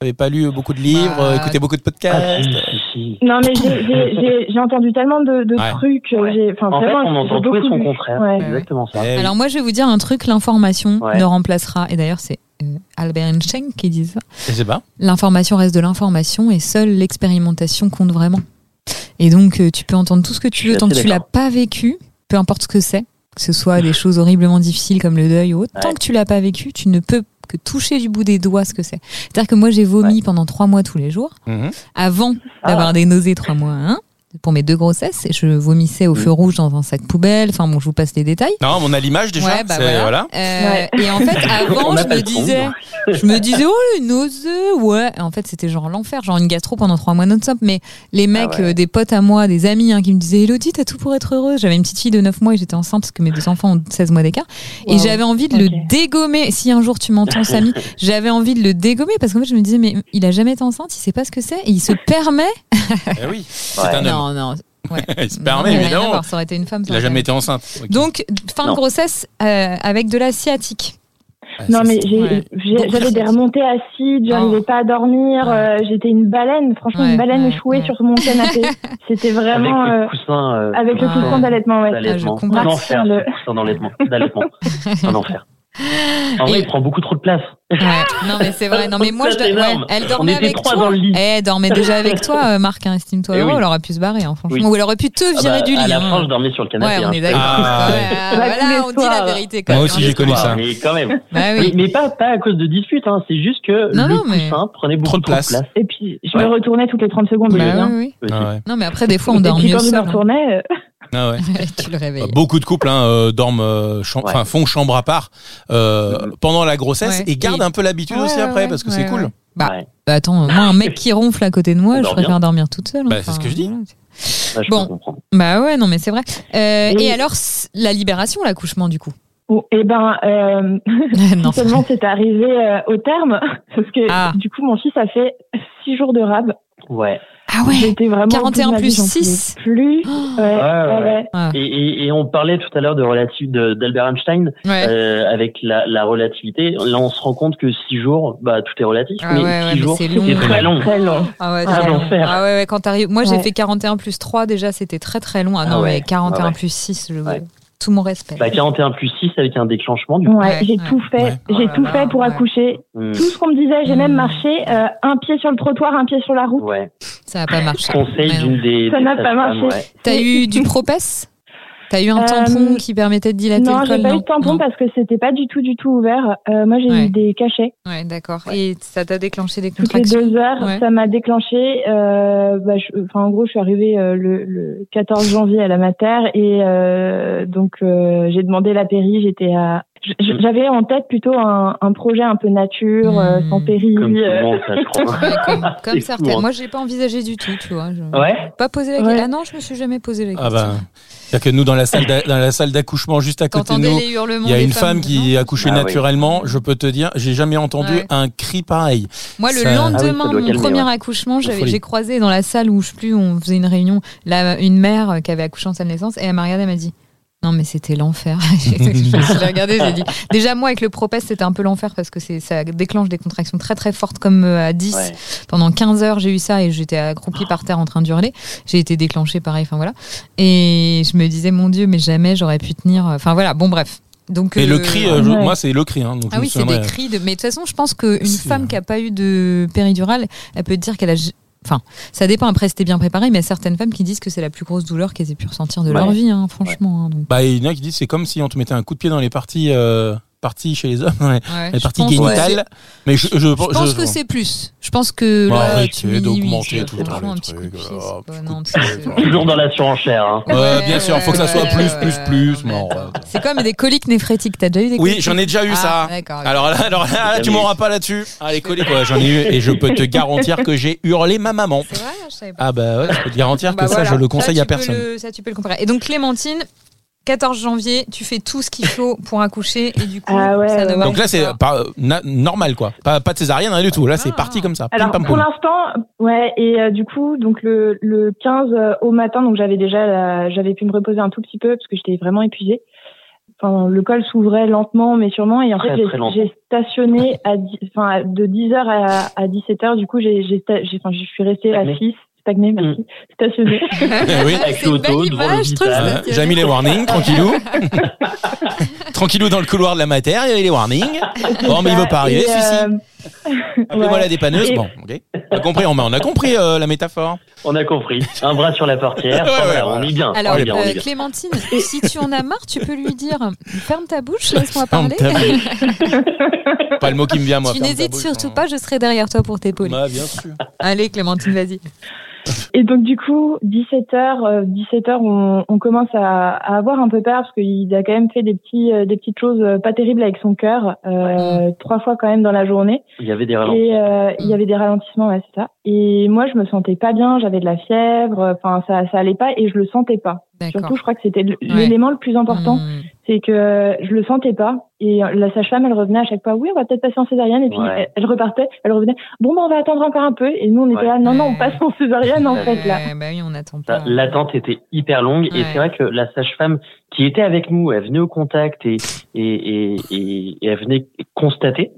T'avais pas lu beaucoup de livres,
Bah, euh,
euh, écouté beaucoup de
Ah,
podcasts
si, si, si.
non, mais j'ai- j'ai- j'ai- j'ai entendu tellement de, de
Ouais.
trucs. euh,
Ouais.
j'ai- enfin,
En fait,
vraiment,
on
j'ai
entend tout et
beaucoup
son
lu.
contraire.
Ouais.
C'est Exactement ça.
Eh oui.
Alors moi je vais vous dire un truc, l'information
Ouais.
ne remplacera, et d'ailleurs c'est euh, Albert Einstein qui dit ça,
Je sais pas.
l'information reste de l'information et seule l'expérimentation compte vraiment. Et donc euh, tu peux entendre tout ce que tu
Je suis
veux tant que
assez
tu l'as
d'accord.
pas vécu, peu importe ce que c'est, que ce soit des choses horriblement difficiles comme le deuil ou autre, tant
Ouais.
que tu l'as pas vécu, tu ne peux que toucher du bout des doigts ce que c'est. C'est-à-dire que moi j'ai vomi pendant trois mois tous les jours.
Mhm.
avant
Ah.
d'avoir des nausées trois mois hein, pour mes deux grossesses. et Je vomissais au feu rouge dans un sac poubelle. Enfin bon, je vous passe les détails.
Non, on a l'image déjà.
Ouais, bah
c'est-
voilà. *laughs* Euh, Et en fait, avant,
On
je
appelle
me
son
disais,
nom.
je me disais, oh les nausées, ouais. Et en fait, c'était genre l'enfer, genre une gastro pendant trois mois non-stop. Mais
Ah
les mecs,
ouais.
euh, des potes à moi, des amis hein, qui me disaient, Elodie, t'as tout pour être heureuse. J'avais une petite fille de 9 mois et j'étais enceinte parce que mes deux enfants ont 16 mois d'écart. Et
Wow.
j'avais envie de
Ok.
le dégommer. Si un jour tu m'entends, Samy, j'avais envie de le dégommer parce qu'en fait, je me disais, mais il a jamais été enceinte, il sait pas ce que c'est et il se permet
Eh oui, c'est un homme. *laughs*
non, non. Ouais.
Il se
Non,
permet,
mais rien à
Ben, évidemment.
voir, Ça aurait été une femme. ça
Il a
aurait
jamais
été-
été enceinte. Ok.
Donc, fin de
Non.
grossesse euh, avec de la
*laughs*
sciatique.
Ah,
Non,
ça,
mais
c'est-
j'ai-
ouais.
j'ai-
Donc,
j'avais des
personne.
remontées acides, j'arrivais
Oh.
pas à dormir,
Ouais.
euh, j'étais une baleine, franchement,
Ouais,
une baleine
ouais,
échouée
ouais.
sur
*laughs*
mon canapé. C'était
Avec
vraiment
le
euh,
coussin. euh,
avec le
Ah.
coussin d'allaitement, ouais.
d'allaitement.
Ah, je comprends.
Un enfer,
Le-
le coussin d'allaitement. d'allaitement. Un enfer. En vrai,
Et-
il prend beaucoup trop de place.
Ouais. Non, mais c'est vrai. Non, mais moi, je
C'est
dois- ouais,
énorme.
elle
On
dormait
était
avec
trois
toi.
dans le lit.
Eh, Elle dormait déjà avec
*laughs*
toi, euh, Marc. hein, Estime-toi.
Eh
heureux,
oui.
Elle aurait pu se barrer, hein, franchement.
Oui.
Ou elle aurait pu te
Ah
virer
bah,
du lit.
À la
hein.
fin, je dormais sur le
Ouais,
canapé.
on est
hein.
d'accord.
Ah,
Ouais,
ouais.
ah,
Bah,
voilà,
tous
on dit
les
la
soirs.
euh.
vérité. Quand
Moi
même.
aussi, j'ai connu ça.
Mais quand même.
Bah
Mais,
oui.
mais pas, pas à cause de disputes, hein. c'est juste que
Non,
le
non, mais-
coussin prenait beaucoup
Trop de
trop de
place.
place.
Et puis, je
Ouais.
me retournais toutes les 30 secondes.
Bah
je viens.
oui, oui.
aussi.
Ah ouais.
Non, mais après, des fois, on dort
Et puis,
mieux
quand je me
seul. hein.
retournais, euh,
Ah ouais.
*laughs* Tu le réveilles.
Beaucoup de couples hein, euh, dorment, euh, cham-
Ouais.
enfin font chambre à part euh, pendant la grossesse
Mm-hmm. Ouais.
et gardent
Et-
un peu l'habitude
Ouais,
aussi
ouais,
après
ouais,
parce que
ouais,
c'est
ouais.
cool.
Bah,
Ouais.
bah, attends, moi, un mec qui ronfle à côté de
On
moi, je
dort
préfère dormir toute seule.
Bah,
enfin,
c'est ce que je dis.
voilà.
Ouais, je
Bon.
comprends.
Bah ouais, non, mais c'est vrai. Euh,
Oui.
Et alors, c- la libération, l'accouchement, du
*laughs*
coup *laughs*
oh, eh ben, euh,
Non.
seulement c'est arrivé euh, au terme, *laughs* parce que
Ah.
du coup, mon fils a fait 6 jours de rab.
Ouais.
Ah ouais
J'étais vraiment.
41
toute ma vie,
plus Oh.
j'en pouvais
6.
Plus. Ouais,
Ah,
ouais,
ouais, ouais.
Et, et, et on parlait tout à l'heure de relative de- d'Albert Einstein
*gasps* Ouais.
euh, avec la, la relativité. Là, on se rend compte que six jours, bah tout est relatif,
Ah
mais
ouais, ouais,
six
mais
jours,
c'est long.
très long.
Très long.
Ah ouais,
Ah,
c'est long.
l'enfer.
Ah ouais, ouais, quand t'arrives. Moi, j'ai
Ouais.
fait 41 plus 3, déjà, c'était très très long. Ah non,
Ah ouais.
mais 41
Ah ouais.
plus 6, je-
Ouais.
tout mon respect.
Bah 41 plus 6 avec un déclenchement du coup.
Ouais,
Ouais,
j'ai
ouais.
tout fait.
Ouais.
Oh
J'ai
là
tout
là,
fait pour
ouais.
accoucher.
Hmm.
Tout ce qu'on me disait, j'ai même
Mm.
marché euh, un pied sur le trottoir, un pied sur la route.
Ouais.
Ça a pas marché.
Conseil
Ouais, non.
d'une des.
Ça
des
n'a pas
sages-femmes,
marché.
ouais.
T'as eu
*laughs*
du propès T'as eu un
Euh,
tampon qui permettait de dilater
Non,
le col
j'ai pas
non
eu de tampon
Non.
parce que c'était pas du tout, du tout ouvert. Euh, moi, j'ai
Ouais.
eu des cachets.
Ouais, d'accord. Et ça t'a déclenché des
Toutes les
contractions
deux heures,
Ouais.
ça m'a déclenché. Euh, bah, je- enfin, en gros, je suis arrivée euh, le, le 14 janvier à la mater et euh, donc euh, j'ai demandé la péri. J'étais à, j- j- j'avais en tête plutôt un, un projet un peu nature, euh, sans
Mm.
péri.
Comme tout
euh,
le monde, ça, je
*laughs*
crois.
Ouais, comme, comme
*laughs* C'est
certaines.
fou, hein.
Moi, j'ai pas envisagé du tout, tu vois. Je...
Ouais.
Pas posé la
Ouais.
question. Ah non, je me suis jamais posé la question.
Ah bah, c'est-à-dire que nous dans la salle d'a- dans la salle d'accouchement juste à côté de
T'entendais
nous,
les hurlements.
il y a
des
une
femmes
femme qui a accouché
Ah oui.
naturellement. Je peux te dire, j'ai jamais entendu
Ouais.
un cri pareil.
Hein Moi, le
Ça-
lendemain
Ah oui, ça doit
de mon
calmer,
premier accouchement, j'avais-
Folie.
j'ai croisé dans la salle où je sais plus, on faisait une réunion, là, une mère euh, qui avait accouché en salle de naissance, et elle m'a regardée, elle m'a dit. Non mais c'était l'enfer. *laughs* je l'ai regardé, j'ai
*laughs*
dit. Déjà moi avec le Propest c'était un peu l'enfer parce que c'est ça déclenche des contractions très très fortes comme euh, à 10
Ouais.
pendant 15 heures j'ai eu ça et j'étais accroupie par terre en train d'hurler. J'ai été déclenchée pareil enfin voilà. Et je me disais mon dieu mais jamais j'aurais pu tenir euh, enfin voilà, bon bref. Donc
Et le
euh,
cri, euh, je-
ouais.
moi c'est le cri. Hein, donc
ah
je me
oui, c'est des
souviendrai.
cris de. Mais de toute façon, je pense qu'une
Si.
femme qui n'a pas eu de péridurale, elle peut dire qu'elle a. g- Enfin, ça dépend. Après, c'était bien préparé, mais il y a certaines femmes qui disent que c'est la plus grosse douleur qu'elles aient pu ressentir de leur
Ouais.
vie, hein, franchement. hein, donc,
Bah il y en a qui disent c'est comme si on te mettait un coup de pied dans les parties euh, parties chez les hommes, dans les,
ouais,
les
Ah, je
parties
pense que
génitales.
c'est-
Mais je, je,
Je pense que c'est plus. Je pense que
Bah,
là,
arrêtez
tu minimises,
d'augmenter tout le temps
franchement,
les
un petit coup de
trucs,
pied,
là,
c'est pas-
petit
non,
coup de
c'est-
pied,
c'est-
enfin.
Toujours dans la surenchère. Hein.
Ouais, bien sûr, faut que ça soit plus, plus, plus,
ouais,
non,
ouais.
ouais.
C'est comme des coliques néphrétiques. T'as déjà eu des
Oui,
coliques
j'en ai déjà eu
Ah,
ça.
D'accord. ok.
Alors là, alors là, tu m'auras pas là-dessus. Ah, les coliques, ouais, j'en ai eu et je peux te garantir que j'ai hurlé ma maman.
C'est vrai, je savais pas.
Ah bah ouais, je peux te garantir que
Bah
ça,
voilà.
je le conseille
Ça,
à
tu peux
personne.
le- ça, tu peux le comprendre. Et donc, Clémentine, 14 janvier, tu fais tout ce qu'il faut pour accoucher et du coup,
Ah ouais,
ça ne
ouais.
marche
Donc là, c'est
pas.
pas euh, na- normal, quoi. Pas, pas de césarienne, rien du tout. Là, c'est
Ah.
parti comme ça. Pim,
Alors
pam,
pour
poum.
l'instant, ouais, et euh, du coup, donc le, le 15 euh, au matin, donc j'avais déjà, la- j'avais pu me reposer un tout petit peu parce que j'étais vraiment épuisée. Enfin, le col s'ouvrait lentement, mais sûrement, et en
Très,
fait, j'ai-
très lentement.
j'ai stationné à, dix- enfin, à- de 10h à, à 17h, du coup, j'ai, j'ai, sta- j'ai- enfin, je suis restée
Stagné.
assise, stagnée, merci,
Mm.
*laughs*
stationnée.
Eh oui.
C'est une belle
l'auto, devant
image, je trouve.
l'hôpital.
ça,
Voilà,
c'est-
J'ai mis les warnings, tranquillou. tranquillou dans le couloir de la mater, il y avait les warnings. Bon, Oh, mais il veut pas arriver,
Et,
si, si. Ah,
euh,
Appelez-moi
*laughs* ouais.
la dépanneuse.
Et-
Bon, ok. On a compris, on a, on a compris euh, la métaphore.
On a compris. Un bras sur
*laughs*
la portière.
Ouais,
Enfin,
ouais,
voilà,
voilà.
On est bien.
Alors,
on Oh, est bien, on
euh,
est bien.
Clémentine, si tu en as marre, tu peux lui dire ferme ta bouche, laisse-moi
Ferme
parler.
ta bouche. *laughs* pas le mot qui me vient, moi.
Tu
ferme ta
n'hésites
bouche,
surtout
hein.
pas, je serai derrière toi pour t'épauler.
Bah,
*laughs*
bien sûr.
Allez, Clémentine, vas-y.
Et donc du coup, 17h, 17h, on, on commence à, à avoir un peu peur parce qu'il a quand même fait des petits, euh, des petites choses euh, pas terribles avec son cœur, euh, trois fois quand même dans la journée.
Il y avait des ralentissements.
Et euh, il y avait des ralentissements, ouais, c'est ça. Et moi, je me sentais pas bien, j'avais de la fièvre, enfin ça, ça allait pas et je le sentais pas.
D'accord.
Surtout, je crois que c'était l-
Ouais.
l'élément le plus important,
Hmm.
c'est que je le sentais pas. Et la sage-femme, elle revenait à chaque fois, oui, on va peut-être passer en césarienne. Et puis,
Ouais.
elle, elle repartait, elle revenait, bon, ben, on va attendre encore un peu. Et nous, on était
Ouais.
là, non, non,
Ouais.
on passe en césarienne, en
*laughs*
Ouais.
fait, là.
Ouais, bah oui, on attend
Ça,
pas.
L'attente était hyper longue
Ouais.
et c'est vrai que la sage-femme qui était avec nous, elle venait au contact et, et, et, et- et elle venait constater.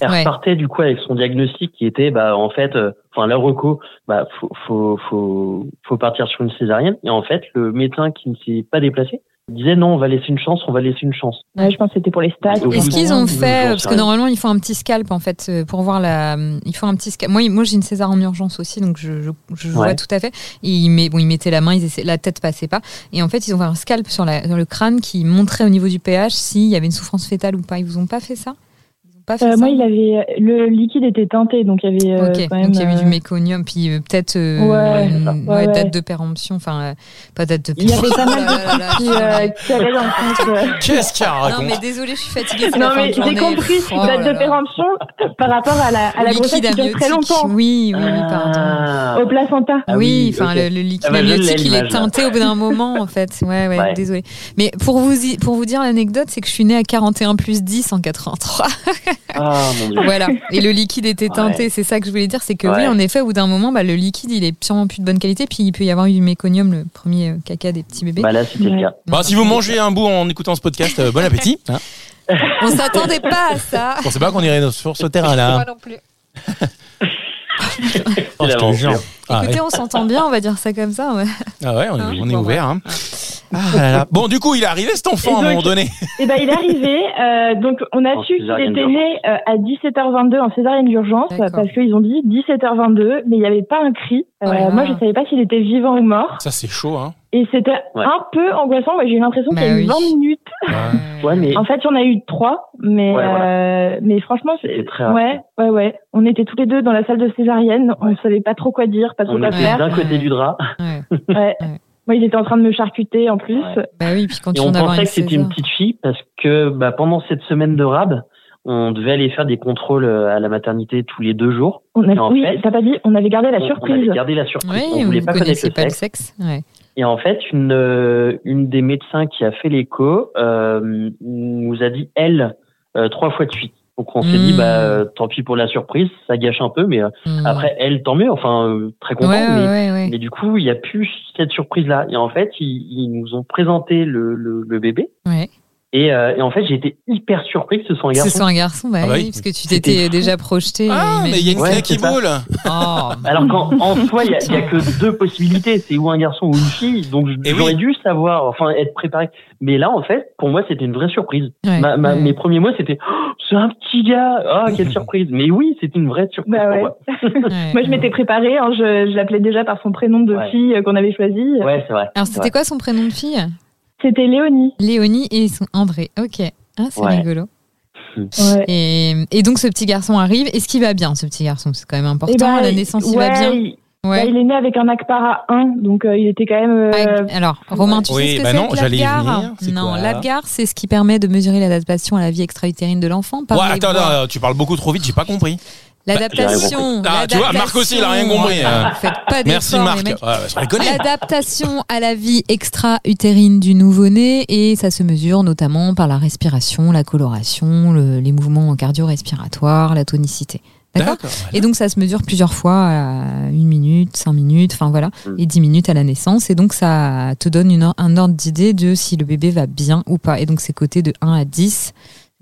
Elle
Ouais.
repartait du coup avec son diagnostic qui était bah en fait, euh, enfin la reco, bah faut, faut faut faut partir sur une césarienne et en fait le médecin qui ne s'est pas déplacé disait non on va laisser une chance, on va laisser une chance.
Ouais, je pense que c'était pour les stats.
Au bout
Est-ce
de-
qu'ils ont
au bout de-
fait
j'en
parce
sais
que
rien.
normalement ils font un petit scalp en fait euh, pour voir la ils font un petit scalp. Moi, ils- moi j'ai une césar en urgence aussi donc je, je, je vois
Ouais.
tout à fait. Ils met, bon ils mettaient la main, ils essaient, la tête passait pas et en fait ils ont fait un scalp sur, la, sur le crâne qui montrait au niveau du pH s'il y avait une souffrance fétale ou pas. Ils vous ont pas fait ça Ils ont pas fait
Euh,
ça
moi, il avait, le liquide était teinté, donc il y avait euh,
Ok,
quand même.
donc il y a eu du
euh,
méconium, puis euh, peut-être euh,
Ouais,
une-
c'est ça.
ouais,
Ouais,
date
ouais.
de péremption, enfin euh, pas date de
Il y
péremption.
avait pas mal
Oh là là *laughs* là,
qui,
je suis
euh,
allée.
qui avaient l'enfance, euh.
Qu'est-ce qu'il
Non
raconte
mais désolée, je suis fatiguée. *laughs*
*laughs*
c'est la
Non,
fin
mais
de
j'ai
journée.
compris
Oh
date
là
de
là.
péremption par rapport à la, à la
Liquide
grossesse qui dure très
amniotique,
longtemps.
Oui, oui, oui, pardon.
Ah.
Au placenta.
oui,
Ah oui,
enfin
ok.
le, le liquide
Ah bah, je l'ai,
amniotique, il est
l'image, là.
teinté au bout d'un moment en fait. Ouais, ouais,
Ouais.
désolé. Mais pour vous y- pour vous dire l'anecdote, c'est que je suis née à 41 plus 10 en 83.
*laughs* Ah, mon Dieu.
voilà. Et le liquide était teinté. C'est ça que je voulais dire, c'est que oui,
Ouais.
en effet, au bout d'un moment, bah, le liquide, il est sûrement plus de bonne qualité. Puis il peut y avoir eu du méconium, le premier euh, caca des petits bébés.
Bah là c'était le cas.
Bon, si vous mangez un bout en écoutant ce podcast, euh, bon appétit. hein.
On s'attendait pas à ça.
Je pensais pas qu'on irait sur ce
Ah.
terrain-là.
non plus.
Oh, je te
Évidemment.
jure. Ah, ouais.
Écoutez, on s'entend bien, on va dire ça comme ça. ouais.
Ah ouais, on est,
Hein
on est
Bon,
ouvert. hein. Ah là là. Bon, du coup, il est arrivé cet enfant à un
Et donc-
moment donné.
Et ben il est arrivé. euh, donc on a
Oh,
En
su qu'il
césarienne
était
d'urgence.
né euh, à 17h22 en césarienne d'urgence
D'accord.
parce qu'ils ont dit 17h22, mais il n'y avait pas un cri. Euh,
Oh là
moi
là.
je savais pas s'il était vivant ou mort
Ça, c'est chaud. Hein.
et c'était
Ouais.
un peu angoissant. Moi j'ai eu l'impression qu'il y a
Bah
eu
oui.
20 minutes.
Ouais mais
En fait il y en a eu trois, mais
Ouais, Ah.
euh, mais franchement c'est
C'était très
ouais
rapide.
ouais ouais. On était tous les deux dans la salle de césarienne. On savait pas trop quoi dire, pas trop
on
quoi
était
faire.
d'un côté du drap
Ouais.
Ouais.
Ouais.
Moi il était en train de me charcuter en plus.
Ouais.
Bah oui, puis quand
Et
tu
on
viens d'avoir
pensait
une
que c'était
césar.
une petite fille parce que bah, pendant cette semaine de rab, on devait aller faire des contrôles euh, à la maternité tous les deux jours.
On
Et
a,
en
oui,
fait,
t'as pas dit, on avait gardé la
on,
surprise.
on avait gardé la surprise.
Oui,
on
vous
voulait
ne
pas connaître
connaissez
le
pas le
sexe.
sexe. Ouais.
Et en fait, une, euh, une des médecins qui a fait l'écho euh, nous a dit elle euh, trois fois de suite. Donc on s'est
Mm.
dit bah euh, tant pis pour la surprise, ça gâche un peu, mais euh,
Hmm.
après elle tant mieux. Enfin euh, très
ouais,
content,
ouais,
mais
ouais, ouais.
Mais du coup, il n'y a plus cette surprise-là. Et en fait, ils, ils nous ont présenté le, le, le bébé.
Ouais.
Et, euh, et en fait, j'ai été hyper surpris que ce soit un
Que ce
garçon.
soit un garçon, bah
Ah bah
oui,
oui.
parce que tu
C'était
t'étais
fou.
déjà projeté. Oh,
Ah, mais il y a une
Ouais,
clé qui
c'est ça.
boule.
*laughs* Alors qu'en
*laughs*
en soi, il n'y a, il y a que deux possibilités. C'est ou un garçon ou une fille. Donc,
Et
j'aurais
oui.
dû savoir, enfin, être préparé. Mais là, en fait, pour moi, c'était une vraie surprise. Ma- ma- Mes premiers mots, c'était Oh, c'est un petit gars Ah, quelle surprise !» Mais oui, c'est une vraie surprise
Bah
pour
ouais.
moi.
Moi, je m'étais préparée. hein, je je l'appelais déjà par son prénom de
Ouais.
fille euh, qu'on avait choisi.
Ouais, c'est vrai.
Alors,
c'est
c'était
vrai.
quoi son prénom de fille
C'était Léonie.
Léonie et son André. Ok. Ah, c'est
Ouais.
rigolo.
Ouais.
Et, et donc, ce petit garçon arrive. Est-ce qu'il va bien, ce petit garçon C'est quand même important.
Eh ben,
la naissance, il
ouais,
va bien.
il- bah,
Ouais. Ah,
il est né avec un ACPARA 1, donc euh, il était quand même. euh,
Ag- Alors, Romain, tu
Oui,
sais ce que
bah
c'est
non,
que
j'allais y
l'ADGAR
venir. C'est
Non,
quoi
l'ADGAR, c'est ce qui permet de mesurer l'adaptation à la vie extra-utérine de l'enfant. par
Ouais,
les
attends,
voies.
attends, tu parles beaucoup trop vite, j'ai pas compris.
L'adaptation.
Ah, tu vois, Marc aussi, il a rien
l'adaptation.
compris, hein.
Faites pas
Merci
d'efforts,
Marc.
les mecs.
Ouais, bah, je reconnais.
L'adaptation à la vie extra-utérine du nouveau-né et ça se mesure notamment par la respiration, la coloration, le- les mouvements cardio-respiratoires, la tonicité. D'accord Et donc ça se mesure plusieurs fois à une minute, cinq minutes, enfin voilà,
Mm.
et 10 minutes à la naissance. Et donc ça te donne une or- un ordre d'idée de si le bébé va bien ou pas. Et donc c'est coté de 1 à 10.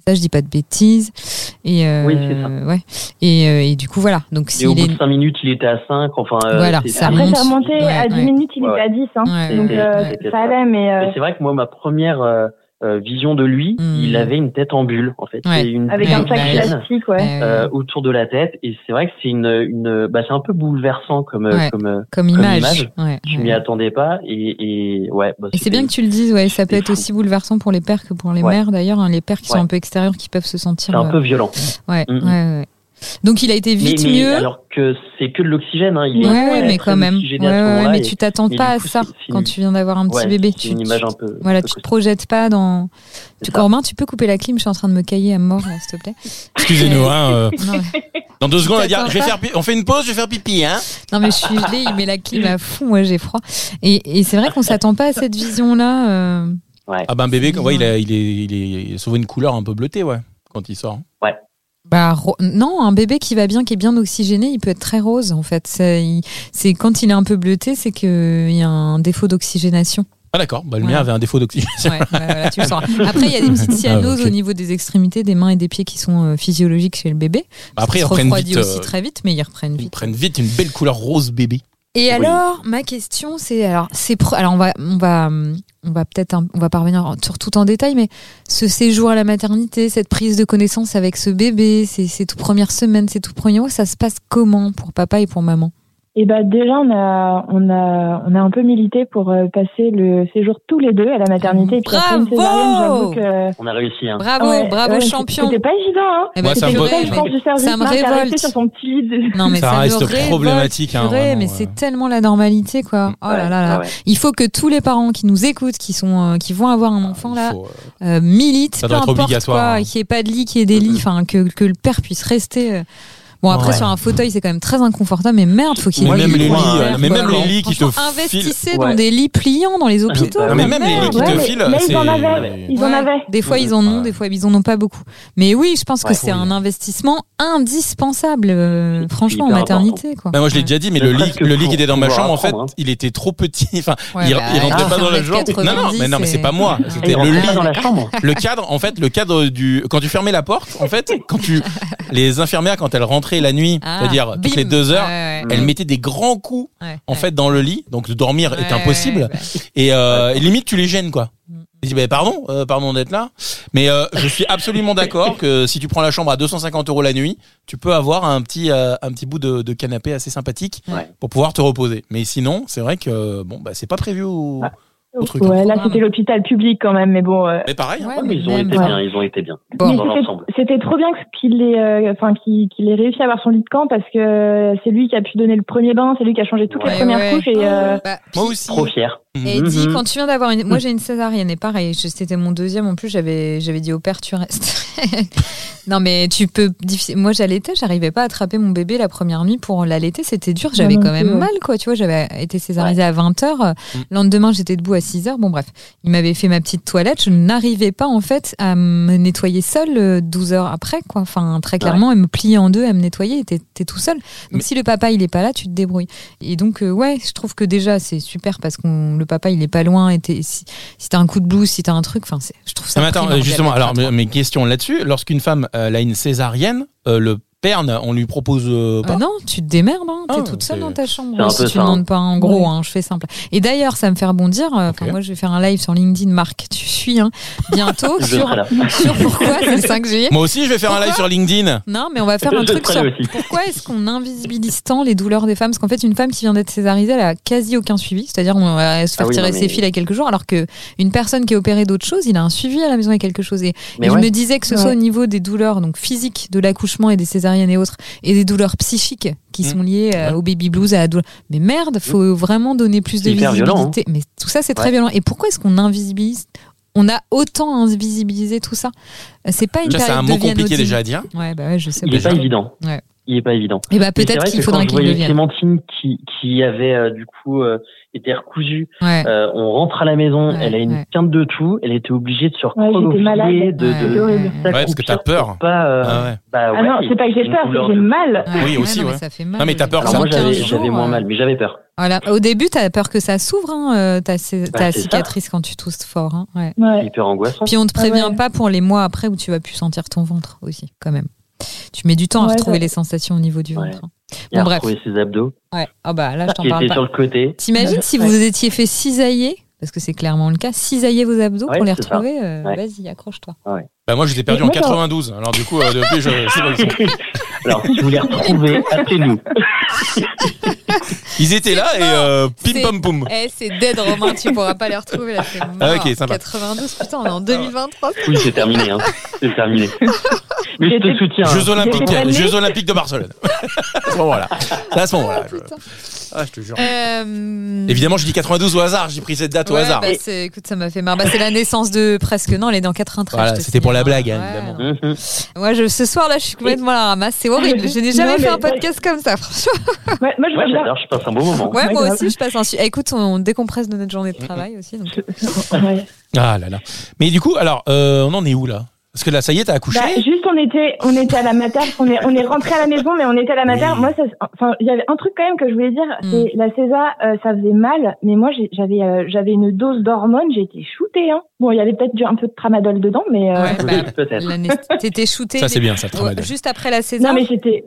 Ça, je dis pas de bêtises. Et euh,
Oui, c'est ça.
ouais. Et, euh, et du coup voilà. Donc
Et
s'il
au bout
est
de 5 minutes, il était à 5. Enfin, euh,
Voilà,
c'est-
ça
après,
remonte.
ça remontait à
Ouais,
10
ouais.
minutes, il
Ouais,
était à 10. Hein.
Ouais,
Donc,
ouais,
euh,
ouais.
ça allait, mais. euh,
Mais c'est vrai que moi, ma première euh, euh, vision de lui,
Hmm.
il avait une tête en bulle, en fait.
Ouais.
C'est une
avec
Ouais,
un
petite
sac
bah,
chaîne,
élastique, ouais.
euh,
euh, autour de la tête. Et c'est vrai que c'est une, une bah, c'est un peu bouleversant comme, euh,
Ouais.
comme euh,
comme image,
image,
Ouais,
je
ouais.
m'y attendais pas. Et, et ouais. bah,
Et c'est bien que tu le dises, ouais, ça peut
c'était
être
fou.
aussi bouleversant pour les pères que pour les
Ouais.
mères d'ailleurs, hein, les pères qui sont
Ouais.
un peu extérieurs, qui peuvent se sentir.
c'est un
euh,
peu violent.
ouais,
Mm, mm.
ouais, ouais. Donc il a été
Mais,
vite
mais
mieux.
alors que c'est que de l'oxygène. Hein, il
ouais,
est
ouais,
très
mais quand même. Ouais,
oxygéné à ce
ouais,
moment-là,
mais
et-
tu t'attends
et
pas à
du coup,
ça
c'est- c'est
quand
une-
tu viens d'avoir un petit
ouais,
bébé. Tu,
C'est une image
tu-
un peu.
voilà,
un peu
tu te
costaud.
projettes pas dans. Tu,
C'est ça.
Romain, tu peux couper la clim, je suis en train de me cailler à mort, là, s'il te plaît.
Excusez-nous. Hein, euh,
Non, mais-
dans deux secondes, on va dire,
T'attends
je vais
pas.
faire pi- on fait une pause, je vais faire pipi. Hein.
Non mais je suis gelée, il met la clim à fond, moi j'ai froid. Et, et c'est vrai qu'on s'attend pas à cette vision-là. euh,
Ouais.
Ah ben bébé,
C'est
ouais, il,
mignon.
a, il, est, il, est, il est souvent une couleur un peu bleutée, ouais, quand il sort.
Bah, ro- non, un bébé qui va bien, qui est bien oxygéné, il peut être très rose en fait. C'est il- c'est quand il est un peu bleuté, c'est qu'il y a un défaut d'oxygénation.
*laughs* Ah d'accord, bah, le
Ouais.
mien avait un défaut d'oxygène.
Ouais, bah, voilà, tu le sauras. Après, il y a des petites cyanoses
Ah, ok.
au niveau des extrémités, des mains et des pieds qui sont euh, physiologiques chez le bébé.
Bah, après,
Ça
ils
se
reprennent
refroidit
vite,
aussi
euh,
très vite, mais ils reprennent
ils
vite.
prennent vite une belle couleur rose bébé.
Et alors, ma question, c'est alors, c'est pro- alors on va, on va, hum, on va peut-être, un- on va parvenir en- sur tout en détail, mais ce séjour à la maternité, cette prise de connaissance avec ce bébé, ces, ces toutes premières semaines, ces tout premiers mois, ça se passe comment pour papa et pour maman
Et bah déjà on a on a on a un peu milité pour euh, passer le séjour tous les deux à la maternité et puis après une
Bravo
césarienne, j'avoue que
On a réussi. Hein.
Bravo,
Ouais,
bravo
ouais,
champion.
C'était pas évident hein.
Eh
Moi, ça
c'est
me
C'était
vrai,
pas
botte.
je
mais-
pense du service
ça me
Marc a resté
révolte.
sur son petit lit. de-
Non mais
Ça
ça, me
reste
révolte,
problématique, hein,
purée,
vraiment,
mais
euh.
c'est tellement la normalité
Mm.
quoi. Oh là
Ouais,
là là.
ouais.
Il faut que tous les parents qui nous écoutent, qui sont, euh, qui vont avoir un enfant là,
Il faut, euh,
euh, milite,
Ça
peu
doit être
importe
obligatoire,
quoi,
hein. mm.
qu'il n'y ait pas de lit, qu'il y ait des lits, enfin que, que le père puisse rester. euh. Bon après
Ouais.
sur un fauteuil c'est quand même très inconfortable, mais merde faut qu'il y ait
Moi,
des
même
lits
les
pour
lits,
faire,
euh, mais
quoi.
même les lits qui te
Franchement,
filent-
Investissez dans
Ouais.
des lits pliants dans les hôpitaux.
Ah,
mais même les lits
merde.
qui
Ouais,
te
mais-
filent,
mais ils en
c'est-
avaient, ils en
Ouais.
avaient.
Des fois ils en ont,
Ouais.
des fois ils en ont pas beaucoup. Mais oui, je pense que
Ouais.
c'est un investissement indispensable, euh,
C'est
franchement, en
hyper important.
maternité. Quoi.
Bah, moi je l'ai
Ouais.
déjà dit, mais
Ne
le lit,
serait-ce que
le lit
pour
qui était dans ma
pouvoir
chambre, en fait,
apprendre, hein.
il était trop petit. *laughs* Enfin,
Ouais,
il,
bah,
il rentrait
ah,
pas dans la
1m90,
chambre. Non, non, mais non, mais c'est
*laughs*
pas moi.
Ah,
C'était
Et on
le
rentre
lit.
pas dans la chambre.
Le cadre, en fait, le cadre du, quand tu fermais la porte, en fait, quand
*laughs*
tu, les infirmières, quand elles rentraient la nuit,
Ah,
c'est-à-dire toutes
bim.
les deux heures,
Ouais, ouais,
elles mettaient des grands coups,
ouais,
en
ouais.
fait, dans le lit. Donc, de dormir
Ouais,
est impossible.
ouais, ouais.
Et, euh, et limite, tu les gênes, quoi.
Mm.
Il dit, bah, pardon, euh, pardon d'être là. Mais euh, je suis absolument d'accord que si tu prends la chambre à 250 euros la nuit, tu peux avoir un petit, euh, un petit bout de, de canapé assez sympathique
Ouais.
pour pouvoir te reposer. Mais sinon, c'est vrai que euh, bon, bah, c'est pas prévu au...
Ah.
au truc.
Ouais, là
programme.
c'était l'hôpital public quand même mais bon euh,
Mais pareil, hein.
Ouais,
Ouais, oh, mais
mais
ils ont
même,
été
ouais.
bien, ils ont été bien.
Bon.
Mais
Dans
c'était-
l'ensemble.
C'était trop bien que- qu'il ait, euh, enfin, qu'il qu'il ait réussi à avoir son lit de camp parce que euh, c'est lui qui a pu donner le premier bain, c'est lui qui a changé toutes les
Ouais,
premières
ouais.
couches et euh,
Bah,
moi aussi.
Trop fier.
Et dit
Mhm.
quand tu viens d'avoir une moi j'ai une césarienne et pareil je- c'était mon deuxième en plus j'avais j'avais dit au père tu restes *laughs* non mais tu peux difficile- moi j'allaitais j'arrivais pas à attraper mon bébé la première nuit pour l'allaiter c'était dur j'avais
non
quand
plus,
même
ouais.
mal quoi tu vois j'avais été césarisée à 20h
Mm.
le lendemain j'étais debout à 6h bon bref il m'avait fait ma petite toilette je n'arrivais pas en fait à me nettoyer seule euh, 12 heures après quoi enfin très clairement elle me pliait en deux à me nettoyer et t'es t'es tout seul donc
Mais-
si le papa il est pas là tu te débrouilles et donc, euh, ouais, je trouve que déjà, c'est super parce que le papa, il est pas loin. Et t'es- si si t'as un coup de blues, si t'as un truc, enfin, c'est- je trouve ça.
Ah, Mais attends,
primordial
justement,
d'être à
alors
trois.
mes- mes questions là-dessus. Lorsqu'une femme euh, elle a une césarienne, euh, le perne, on lui propose euh,
Ah
pas.
non, tu te démerdes, hein.
Ah,
t'es toute seule
c'est-
dans ta chambre.
c'est un
si
peu
tu
ça,
demandes
hein.
pas, en gros, hein, je fais simple. Et d'ailleurs, ça me fait rebondir. euh, enfin,
Ok.
Moi, je vais faire un live sur LinkedIn, Marc, tu suis, hein, bientôt,
*laughs* Je
sur,
serai là.
sur pourquoi, c'est le 5 juillet.
Moi aussi, je vais faire un
Pourquoi
live sur LinkedIn.
Non, mais on va faire un
Je
truc
serai
sur
là
*laughs*
aussi.
pourquoi est-ce qu'on invisibilise tant les douleurs des femmes Parce qu'en fait, une femme qui vient d'être césarisée, elle a quasi aucun suivi. C'est-à-dire, on va se faire
Ah oui,
tirer
non, mais-
ses fils à quelques jours, alors que une personne qui est opérée d'autre chose, il a un suivi à la maison et quelque chose. Et
Mais
et
ouais.
je me disais que ce
Ouais.
soit au niveau des douleurs donc physiques de l'accouchement et des césariennes et autres, et des douleurs psychiques qui
Mm.
sont liées euh,
Ouais.
au baby blues, à la douleur. Mais merde, faut vraiment donner plus de
Mm. C'est hyper
visibilité.
violent, hein.
Mais tout ça, c'est très
Ouais.
violent. Et pourquoi est-ce qu'on invisibilise On a autant invisibilisé tout ça. Euh, C'est pas une
Déjà, c'est
période
un
de
mot
vie
compliqué
anodine.
déjà à dire.
Ouais, bah ouais, je sais.
Il est
pas.
pas évident.
Ouais.
Il est pas évident.
Et bah
Mais c'est
peut-être
vrai
qu'il
que
faudra
quand je
qu'il
voyais
devienne.
Clémentine qui, qui avait euh, du coup euh, été recousue,
Ouais.
euh, on rentre à la maison,
Ouais,
elle a une
ouais.
quinte de tout, elle était obligée de se
j'étais
recroqueviller,
malade.
de, de,
Ouais.
c'était horrible.
s'accroupir
Ouais, parce que t'as
pour
peur.
Pas, euh,
Ah ouais.
bah
ah
ouais,
non,
et
c'est pas que j'ai
une
peur, c'est
couleur
que j'ai
de-
mal.
Ouais,
Oui, aussi,
non, mais
ouais.
ça fait mal.
Non, mais t'as
J'ai
peur,
vu
Alors
ça.
moi
quinze
j'avais
jours,
j'avais
euh,
moins mal, mais j'avais peur.
Voilà. Au début, t'as peur que ça s'ouvre, hein, euh, ta, cé-
Bah,
ta
c'est ça.
cicatrice quand tu tousses fort. Hein, ouais.
C'est
Ouais.
Hyper angoissant.
Puis on te
Ah ouais.
prévient pas pour les mois après où tu vas plus sentir ton ventre aussi, quand même. Tu mets du temps à
Ouais,
retrouver
ça-
les sensations au niveau du
Ouais.
ventre. hein.
Il a
bref.
retrouvé ses abdos
Ouais. Ah bah là, je t'en
qui
parle
étaient
pas.
sur le
*laughs*
côté.
T'imagines si vous étiez fait cisailler, parce que c'est clairement le cas, cisailler vos abdos
Ouais,
pour les
c'est ça.
retrouver. euh,
Ouais.
Vas-y, accroche-toi.
Bah, moi, je les ai perdus
Mais
en
moi, j'en-
92. Alors, du coup, euh, depuis, je
*laughs*
je sais pas où ils sont.
Alors si vous les retrouvez, appelez-nous.
Ils étaient là et euh, pim
C'est-
pam poum.
Eh, c'est dead Romain, tu pourras pas les retrouver là. c'est mort.
*laughs* Ah, ok, sympa.
92, putain, on est en 2023.
Oui c'est terminé, hein. c'est terminé. Mais je te soutiens. hein.
Jeux olympiques,
J'ai pas
Jeux olympiques de
*laughs*
Barcelone. à ce moment-là. C'est à ce moment-là. je-
Putain.
Ah, je te jure.
Euh,
Évidemment, je dis 92 au hasard. J'ai pris cette date au
ouais,
hasard.
bah, c'est- écoute, ça m'a fait marre. Bah, c'est la naissance de presque. Non, elle est dans 93.
Voilà,
je te
c'était pour la
signale,
blague, hein,
ouais.
évidemment.
Mhm.
Moi, je, ce soir-là, je suis complètement à la ramasse. C'est horrible. Je n'ai
Non,
jamais
mais-
fait un podcast comme ça, franchement.
Ouais, moi, je
Ouais,
regarde
d'ailleurs, je passe un bon moment.
Ouais,
Ouais,
moi
grave.
aussi, je passe un. su- Eh, Écoute, on décompresse de notre journée de travail aussi. donc.
*laughs*
Ouais.
Ah là là. Mais du coup, alors, euh, on en est où là Parce que là, ça y est, t'as accouché.
Bah, juste, on était, on était à la mater, on est, on est rentré à la maison, mais on était à la mater.
Oui.
Moi, ça, enfin, il y avait un truc quand même que je voulais dire,
Mm.
c'est la CESA, euh, ça faisait mal, mais moi, j'ai- j'avais, euh, j'avais une dose d'hormones, j'ai été shootée, hein. Bon, il y avait peut-être du- un peu de tramadol dedans, mais, euh,
Ouais, bah,
Peut-être.
l'anest- T'étais shooté.
ça, c'est bien, ça, le travail.
Juste après la
non,
César.
mais j'étais,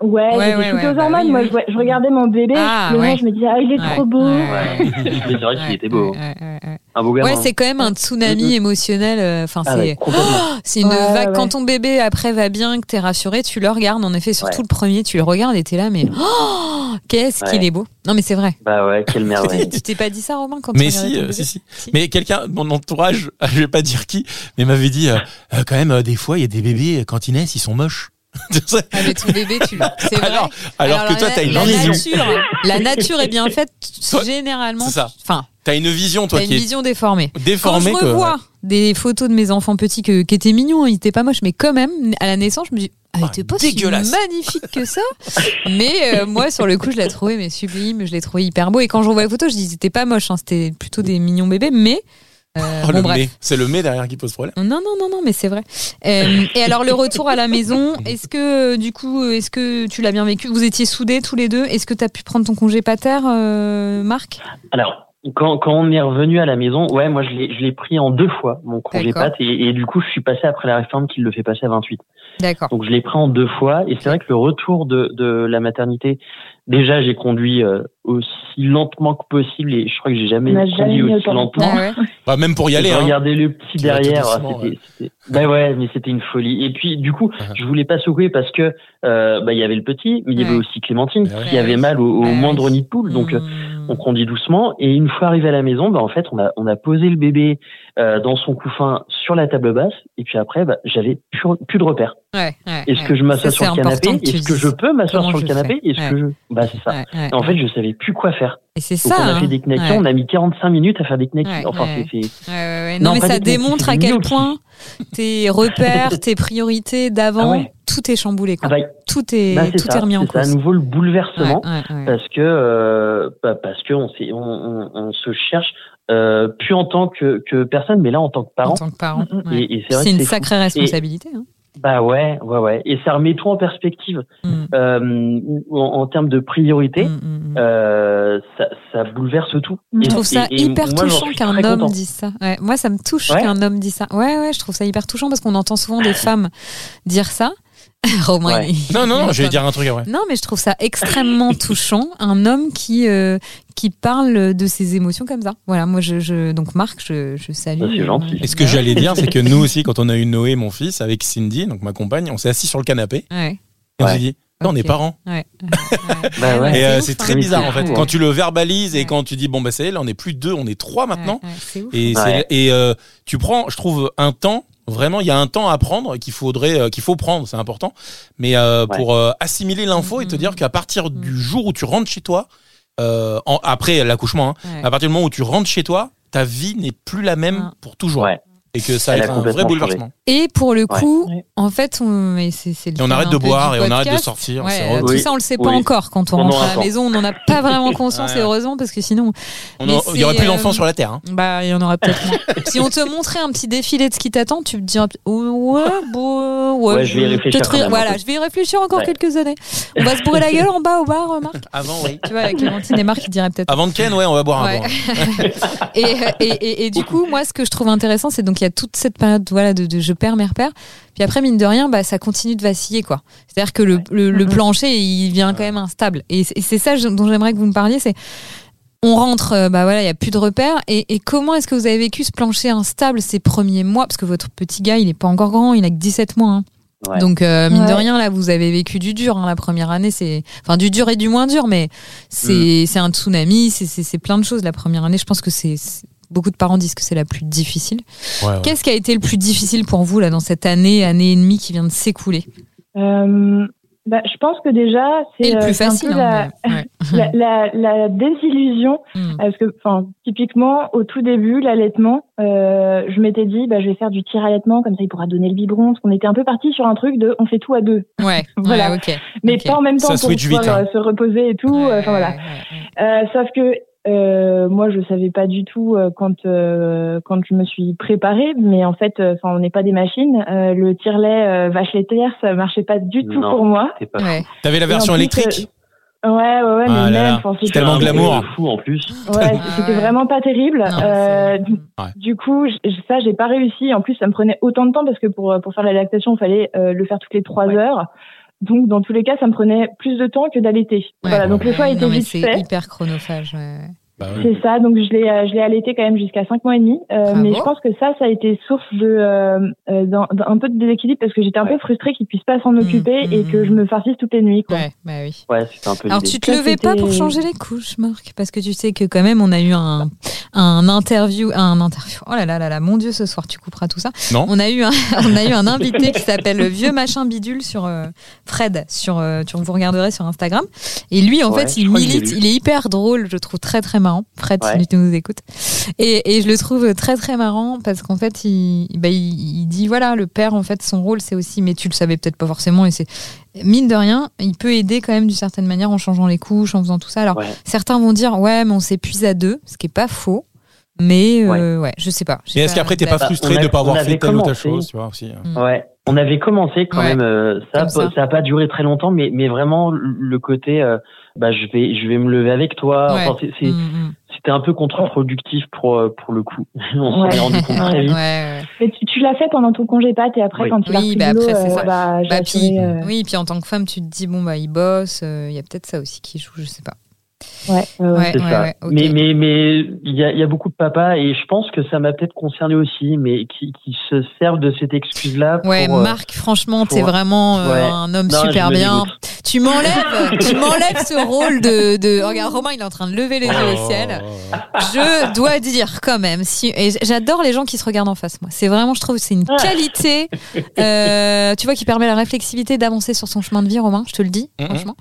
ouais,
Ouais,
j'étais
ouais,
shootée
ouais,
aux
bah
hormones.
oui,
moi,
oui.
je, vois- je regardais mon bébé,
Ah,
le
ouais.
je me disais, ah, il est
Ouais,
trop beau.
ouais, ouais.
Mais c'est vrai qu'il
Ouais,
était beau.
ouais,
hein.
ouais, ouais, ouais.
Un beau gamin.
Ouais, c'est quand même un tsunami émotionnel. euh, Enfin,
Ah
c'est.
ouais, complètement.
C'est une
Ouais,
vague.
ouais.
Quand ton bébé après va bien, que t'es rassuré, tu le regardes. En effet, surtout
Ouais.
le premier, tu le regardes et t'es là, mais oh, qu'est-ce qu'il
Ouais.
est beau. Non, mais c'est vrai.
Bah ouais,
*laughs*
quelle merveille.
Tu t'es pas dit ça, Romain, quand tu
Mais
regardais
si,
ton
euh,
bébé
si, si.
Si.
Mais quelqu'un, de mon entourage, *laughs* je vais pas dire qui, mais m'avait dit, euh, Euh, quand même, euh, des fois, il y a des bébés, euh, quand ils naissent, ils sont moches. *laughs* Tu sais
Ah, mais ton bébé, tu le- c'est vrai.
*laughs* alors, alors, que toi,
la-
t'as une
la
vision.
Nature, la nature est
*laughs*
bien faite, généralement.
c'est ça.
Enfin,
T'as une vision, toi,
t'as
qui
une
est
vision déformée. Quand je
déformée. que-
revois des photos de mes enfants petits que, qui étaient mignons, hein, ils étaient pas moches, mais quand même, à la naissance, je me dis, ah, elle
Ah,
était pas si
dégueulasse.
magnifique que ça. mais euh, moi, sur le coup, je l'ai trouvé mais sublime, je l'ai trouvé hyper beau. Et quand je revois les photos, je dis, c'était pas moche, hein, c'était plutôt des mignons bébés, mais. euh,
Oh,
bon,
le
bref.
mais. C'est le mais derrière qui pose problème.
Non, non, non, non, mais c'est vrai. Euh, et alors, le retour à la maison, est-ce que, euh, du coup, euh, est-ce que tu l'as bien vécu Vous étiez soudés tous les deux Est-ce que tu as pu prendre ton congé pater, euh, Marc
Alors, quand, quand on est revenu à la maison, ouais, moi je l'ai je l'ai pris en deux fois, mon congé
D'accord.
pâte, et, et du coup je suis passé après la réforme qui le fait passer à 28.
D'accord.
Donc je l'ai pris en deux fois, et c'est vrai que le retour de, de la maternité, déjà j'ai conduit euh, aussi lentement que possible, et je crois que j'ai jamais
On n'a jamais
conduit
mis
aussi
autant de
lentement.
Ah ouais.
Bah, même pour y aller,
J'ai
hein.
regardé le petit
Tu vas tout
derrière,
doucement,
c'était,
ouais.
c'était- ben ouais, mais c'était une folie. Et puis du coup,
Uh-huh.
je voulais pas secouer parce que euh, bah, il y avait le petit, mais il y avait
Ouais.
aussi Clémentine
Ben ouais.
qui avait mal au, au
Ouais, ouais.
moindre nid de poule, donc euh,
Hmm.
on conduit doucement et une fois arrivé à la maison, bah, en fait, on a, on a posé le bébé euh, dans son couffin sur la table basse et puis après, bah, j'avais plus, plus de repères.
Ouais, ouais,
Est-ce
ouais.
que je m'assois
Ça,
sur
c'est
le canapé
important que tu
Est-ce que
dises.
je peux m'asseoir
Comment
sur le
je
canapé
fais
Est-ce
Ouais.
que je... Bah, c'est ça.
Ouais, ouais,
Et en
ouais.
fait, je savais plus quoi faire.
Et c'est
Donc
ça.
on a fait
hein.
des knackis,
Ouais.
on a mis 45 minutes à faire des knackis.
Ouais,
enfin,
ouais.
c'est- c'est
Ouais, ouais, ouais. Non,
Non,
mais
pas
ça
du tout, c'est
démontre à
des
quel
gnocchis.
point tes
*laughs*
repères, tes priorités d'avant,
Ah ouais.
tout est chamboulé.
ah
Quoi.
bah,
Tout est,
bah, c'est
tout est
ça.
remis en
C'est ça, à
cause.
nouveau le bouleversement.
Ouais, ouais, ouais.
parce que euh, bah, parce que on, s'est- on, on- on se cherche euh, plus en tant que, que personne, mais là en tant que
En
parent.
tant que parent. ouais.
Mm, Et, et c'est vrai
C'est
que
une
c'est fou.
sacrée responsabilité. hein.
Bah ouais, ouais, ouais. Et ça remet tout en perspective
Hmm.
euh, en, en termes de priorité.
Mm, mm, mm.
euh, ça, ça bouleverse tout.
Je trouve ça
et- et
hyper
moi, j'en
touchant
suis
qu'un
très
homme
content.
dise ça. Ouais, moi, ça me touche
Ouais.
qu'un homme dise ça. Ouais, ouais, je trouve ça hyper touchant parce qu'on entend souvent
*laughs*
des femmes dire ça. *laughs* Romain,
Ouais.
il-
Non, non, non,
il-
je vais dire un truc après.
Non, mais je trouve ça extrêmement touchant, un homme qui, euh, qui parle de ses émotions comme ça. Voilà, moi, je, je- donc Marc, je, je salue. euh,
Ça, c'est gentil.
Et ce que j'allais dire, c'est que nous aussi, quand on a eu Noé, mon fils, avec Cindy, donc ma compagne, on s'est assis sur le canapé
Ouais,
et on s'est
Ouais.
dit, Putain, on est
Ok.
parents.
ouais.
*laughs*
Bah ouais.
Et euh,
ouf,
c'est
hein.
très
Mais
bizarre
c'est
en fait.
fou,
Quand
hein.
tu le verbalises et
Ouais.
quand tu dis bon bah c'est là on est plus deux, on est trois maintenant.
Ouais, ouais, c'est ouf.
Et,
Ouais.
c'est- et euh, tu prends, je trouve un temps. Vraiment, il y a un temps à prendre qu'il faudrait, euh, qu'il faut prendre, c'est important. Mais euh,
Ouais.
pour euh, assimiler l'info et te
Mhm.
dire qu'à partir du
Mhm.
jour où tu rentres chez toi, euh, en- après l'accouchement, hein,
Ouais.
à partir du moment où tu rentres chez toi, ta vie n'est plus la même
Ouais.
pour toujours.
Ouais.
Et que ça a
Elle a
été un vrai
complètement
bouleversement.
Et pour le
Ouais.
coup,
Ouais.
en fait, on, mais c'est, c'est le
Et on
thème
arrête
un
de
peu
boire
du
et on arrête de
podcast.
sortir.
Ouais,
c'est
euh,
relou.
tout
Oui,
ça, on le sait pas
oui.
encore quand on,
On en
rentre à la
attend.
maison, on n'en a pas
*laughs*
vraiment conscience
Ouais.
et heureusement parce que sinon,
On
mais
en- Il y aurait
c'est,
plus
euh,
d'enfants sur la terre. hein.
bah, il y en aura peut-être
*laughs*
moins. si on te montrait un petit défilé de ce qui t'attend, tu te dirais oh, ouais, bon, ouais,
Ouais, je vais y réfléchir
peut-être-
quand même un
Voilà,
peu.
je vais y réfléchir encore
Ouais.
quelques années. On va se bourrer
*laughs*
la gueule en bas au bar, euh, Marc.
Avant, oui.
Tu vois, avec Clémentine et Marc, ils diraient peut-être.
*laughs* Avant de Ken, ouais, on va boire un
Ouais.
verre.
et, euh, et, et, et du coup, moi, ce que je trouve intéressant, c'est donc il y a toute cette période voilà, de, de je perds mes repères. Puis après, mine de rien, bah, ça continue de vaciller. quoi. C'est-à-dire que le, le, le
Mhm.
plancher, il vient quand même instable. Et c'est- et c'est ça je- dont j'aimerais que vous me parliez, c'est on rentre, euh, bah voilà, il n'y a plus de repères. Et, et comment est-ce que vous avez vécu ce plancher instable ces premiers mois Parce que votre petit gars, il n'est pas encore grand, il a que 17 mois. hein.
Ouais.
Donc, euh, mine de
Ouais.
rien, là, vous avez vécu du dur. hein, la première année, c'est. Enfin, du dur et du moins dur, mais c'est c'est un tsunami, c'est- c'est c'est plein de choses. La première année, je pense que c'est. c'est- Beaucoup de parents disent que c'est la plus difficile.
Ouais, ouais.
Qu'est-ce qui a été le plus difficile pour vous là dans cette année, année et demie qui vient de s'écouler
Euh, bah, je pense que déjà, c'est
Et le
euh,
plus
c'est un peu
facile.
la-
hein, mais- ouais. *laughs*
*laughs* la, la, la désillusion,
Mm.
parce que, enfin, typiquement, au tout début, l'allaitement, euh, je m'étais dit, bah, je vais faire du tir allaitement, comme ça, il pourra donner le biberon, parce qu'on était un peu parti sur un truc de, on fait tout à deux.
Ouais,
Voilà.
ouais, ok.
mais
Ok.
pas en même temps
Ça
pour
switch vite,
pouvoir
hein.
euh, se reposer et tout.
Ouais,
Enfin voilà.
ouais, ouais.
Euh, sauf que euh, moi, je savais pas du tout euh, quand euh, quand je me suis préparée, mais en fait, euh, 'fin, on n'est pas des machines. Euh, le tire-lait euh, vache laitière, ça marchait pas du tout
Non.
pour moi.
C'est pas
Ouais.
T'avais la
Et en
version
plus,
électrique
euh, ouais, ouais, ouais,
Ah là
mais même,
là,
'fin,
c'est
c'était-
tellement
un
de l'amour.
bruit de fou en plus.
Ouais,
Ah
c'était
ouais.
vraiment pas terrible.
Non,
Euh,
c'est-
du- du coup, j- ça, j'ai pas réussi. En plus, ça me prenait autant de temps parce que pour, euh, pour faire la lactation, il fallait euh, le faire toutes les trois heures. Donc, dans tous les cas, ça me prenait plus de temps que d'allaiter. voilà, donc le choix
Ouais,
était
non, mais
vite
c'est
fait.
hyper chronophage. ouais.
Bah ouais.
C'est ça, donc je l'ai euh, je l'ai allaité quand même jusqu'à cinq mois et demi. Euh,
Ah
mais
bon
je pense que ça, ça a été source de euh, euh, d'un- d'un- un peu de déséquilibre parce que j'étais un peu frustrée qu'il puisse pas s'en occuper
mm,
et que
mm.
je me farcisse toutes les nuits. Quoi.
Ouais, bah oui.
Ouais, c'était un peu
Alors
l'idée.
tu te
Ça,
levais pas
c'était-
pour changer les couches, Marc, parce que tu sais que quand même on a eu un, un interview, un interview. Oh là là là là, mon Dieu, ce soir tu couperas tout ça.
Non.
On a eu un, *laughs* on a eu un invité qui s'appelle le vieux machin bidule sur euh, Fred, sur euh, tu vous regarderez sur Instagram. Et lui en
Ouais,
fait
je
il
crois que j'ai
milite,
vu.
il est hyper drôle, je trouve très très marrant. Fred,
Ouais.
si tu nous écoutes. Et, et je le trouve très très marrant parce qu'en fait il, bah, il, il dit voilà le père en fait son rôle c'est aussi mais tu le savais peut-être pas forcément et c'est mine de rien il peut aider quand même d'une certaine manière en changeant les couches en faisant tout ça alors
Ouais.
certains vont dire ouais mais on s'épuise à deux ce qui est pas faux mais euh, ouais. je sais pas j'ai
Et est-ce
pas
qu'après t'es
la-
pas
Bah,
frustré
on a-
de pas avoir
on
fait
avait
telle ou telle
commencé.
chose, tu vois aussi hein.
Ouais, on avait commencé quand
Ouais.
même. euh, ça,
Comme ça.
ça. a pas duré très longtemps, mais mais vraiment le côté, euh, bah je vais je vais me lever avec toi.
Ouais.
Enfin, c'est- c'est-
Mm, mm.
c'était un peu contre-productif pour euh, pour le coup. *laughs* on s'en
Ouais.
est rendu compte très
Ouais,
vite.
ouais.
Mais tu, tu l'as fait pendant ton congé pâte et après
Oui.
quand il a
Oui,
repris
bah
le
après,
boulot,
c'est
euh,
ça.
bah, j'ai
Bah, puis-
assuré, euh,
oui puis en tant que femme tu te dis bon bah il bosse euh, il y a peut-être ça aussi qui joue je sais pas
ouais, ouais, ouais.
ouais
C'est
ouais,
ça.
ouais, ok.
Mais mais mais il y a, il y a beaucoup de papas et je pense que ça m'a peut-être concerné aussi, mais qui, qui se servent de cette excuse là.
Ouais,
pour, euh,
Marc, franchement,
pour-
t'es vraiment euh,
Ouais.
un homme
Non, je
super
me
bien.
dégoûte.
Tu m'enlèves, tu m'enlèves ce rôle de, de. oh, regarde, Romain, il est en train de lever
Oh.
les yeux
Oh.
au ciel.
Euh,
Je dois dire quand même, si et j'adore les gens qui se regardent en face. Moi, c'est vraiment, je trouve, que c'est une qualité. euh, tu vois, qui permet la réflexivité d'avancer sur son chemin de vie, Romain. Je te le dis,
Mhm.
franchement.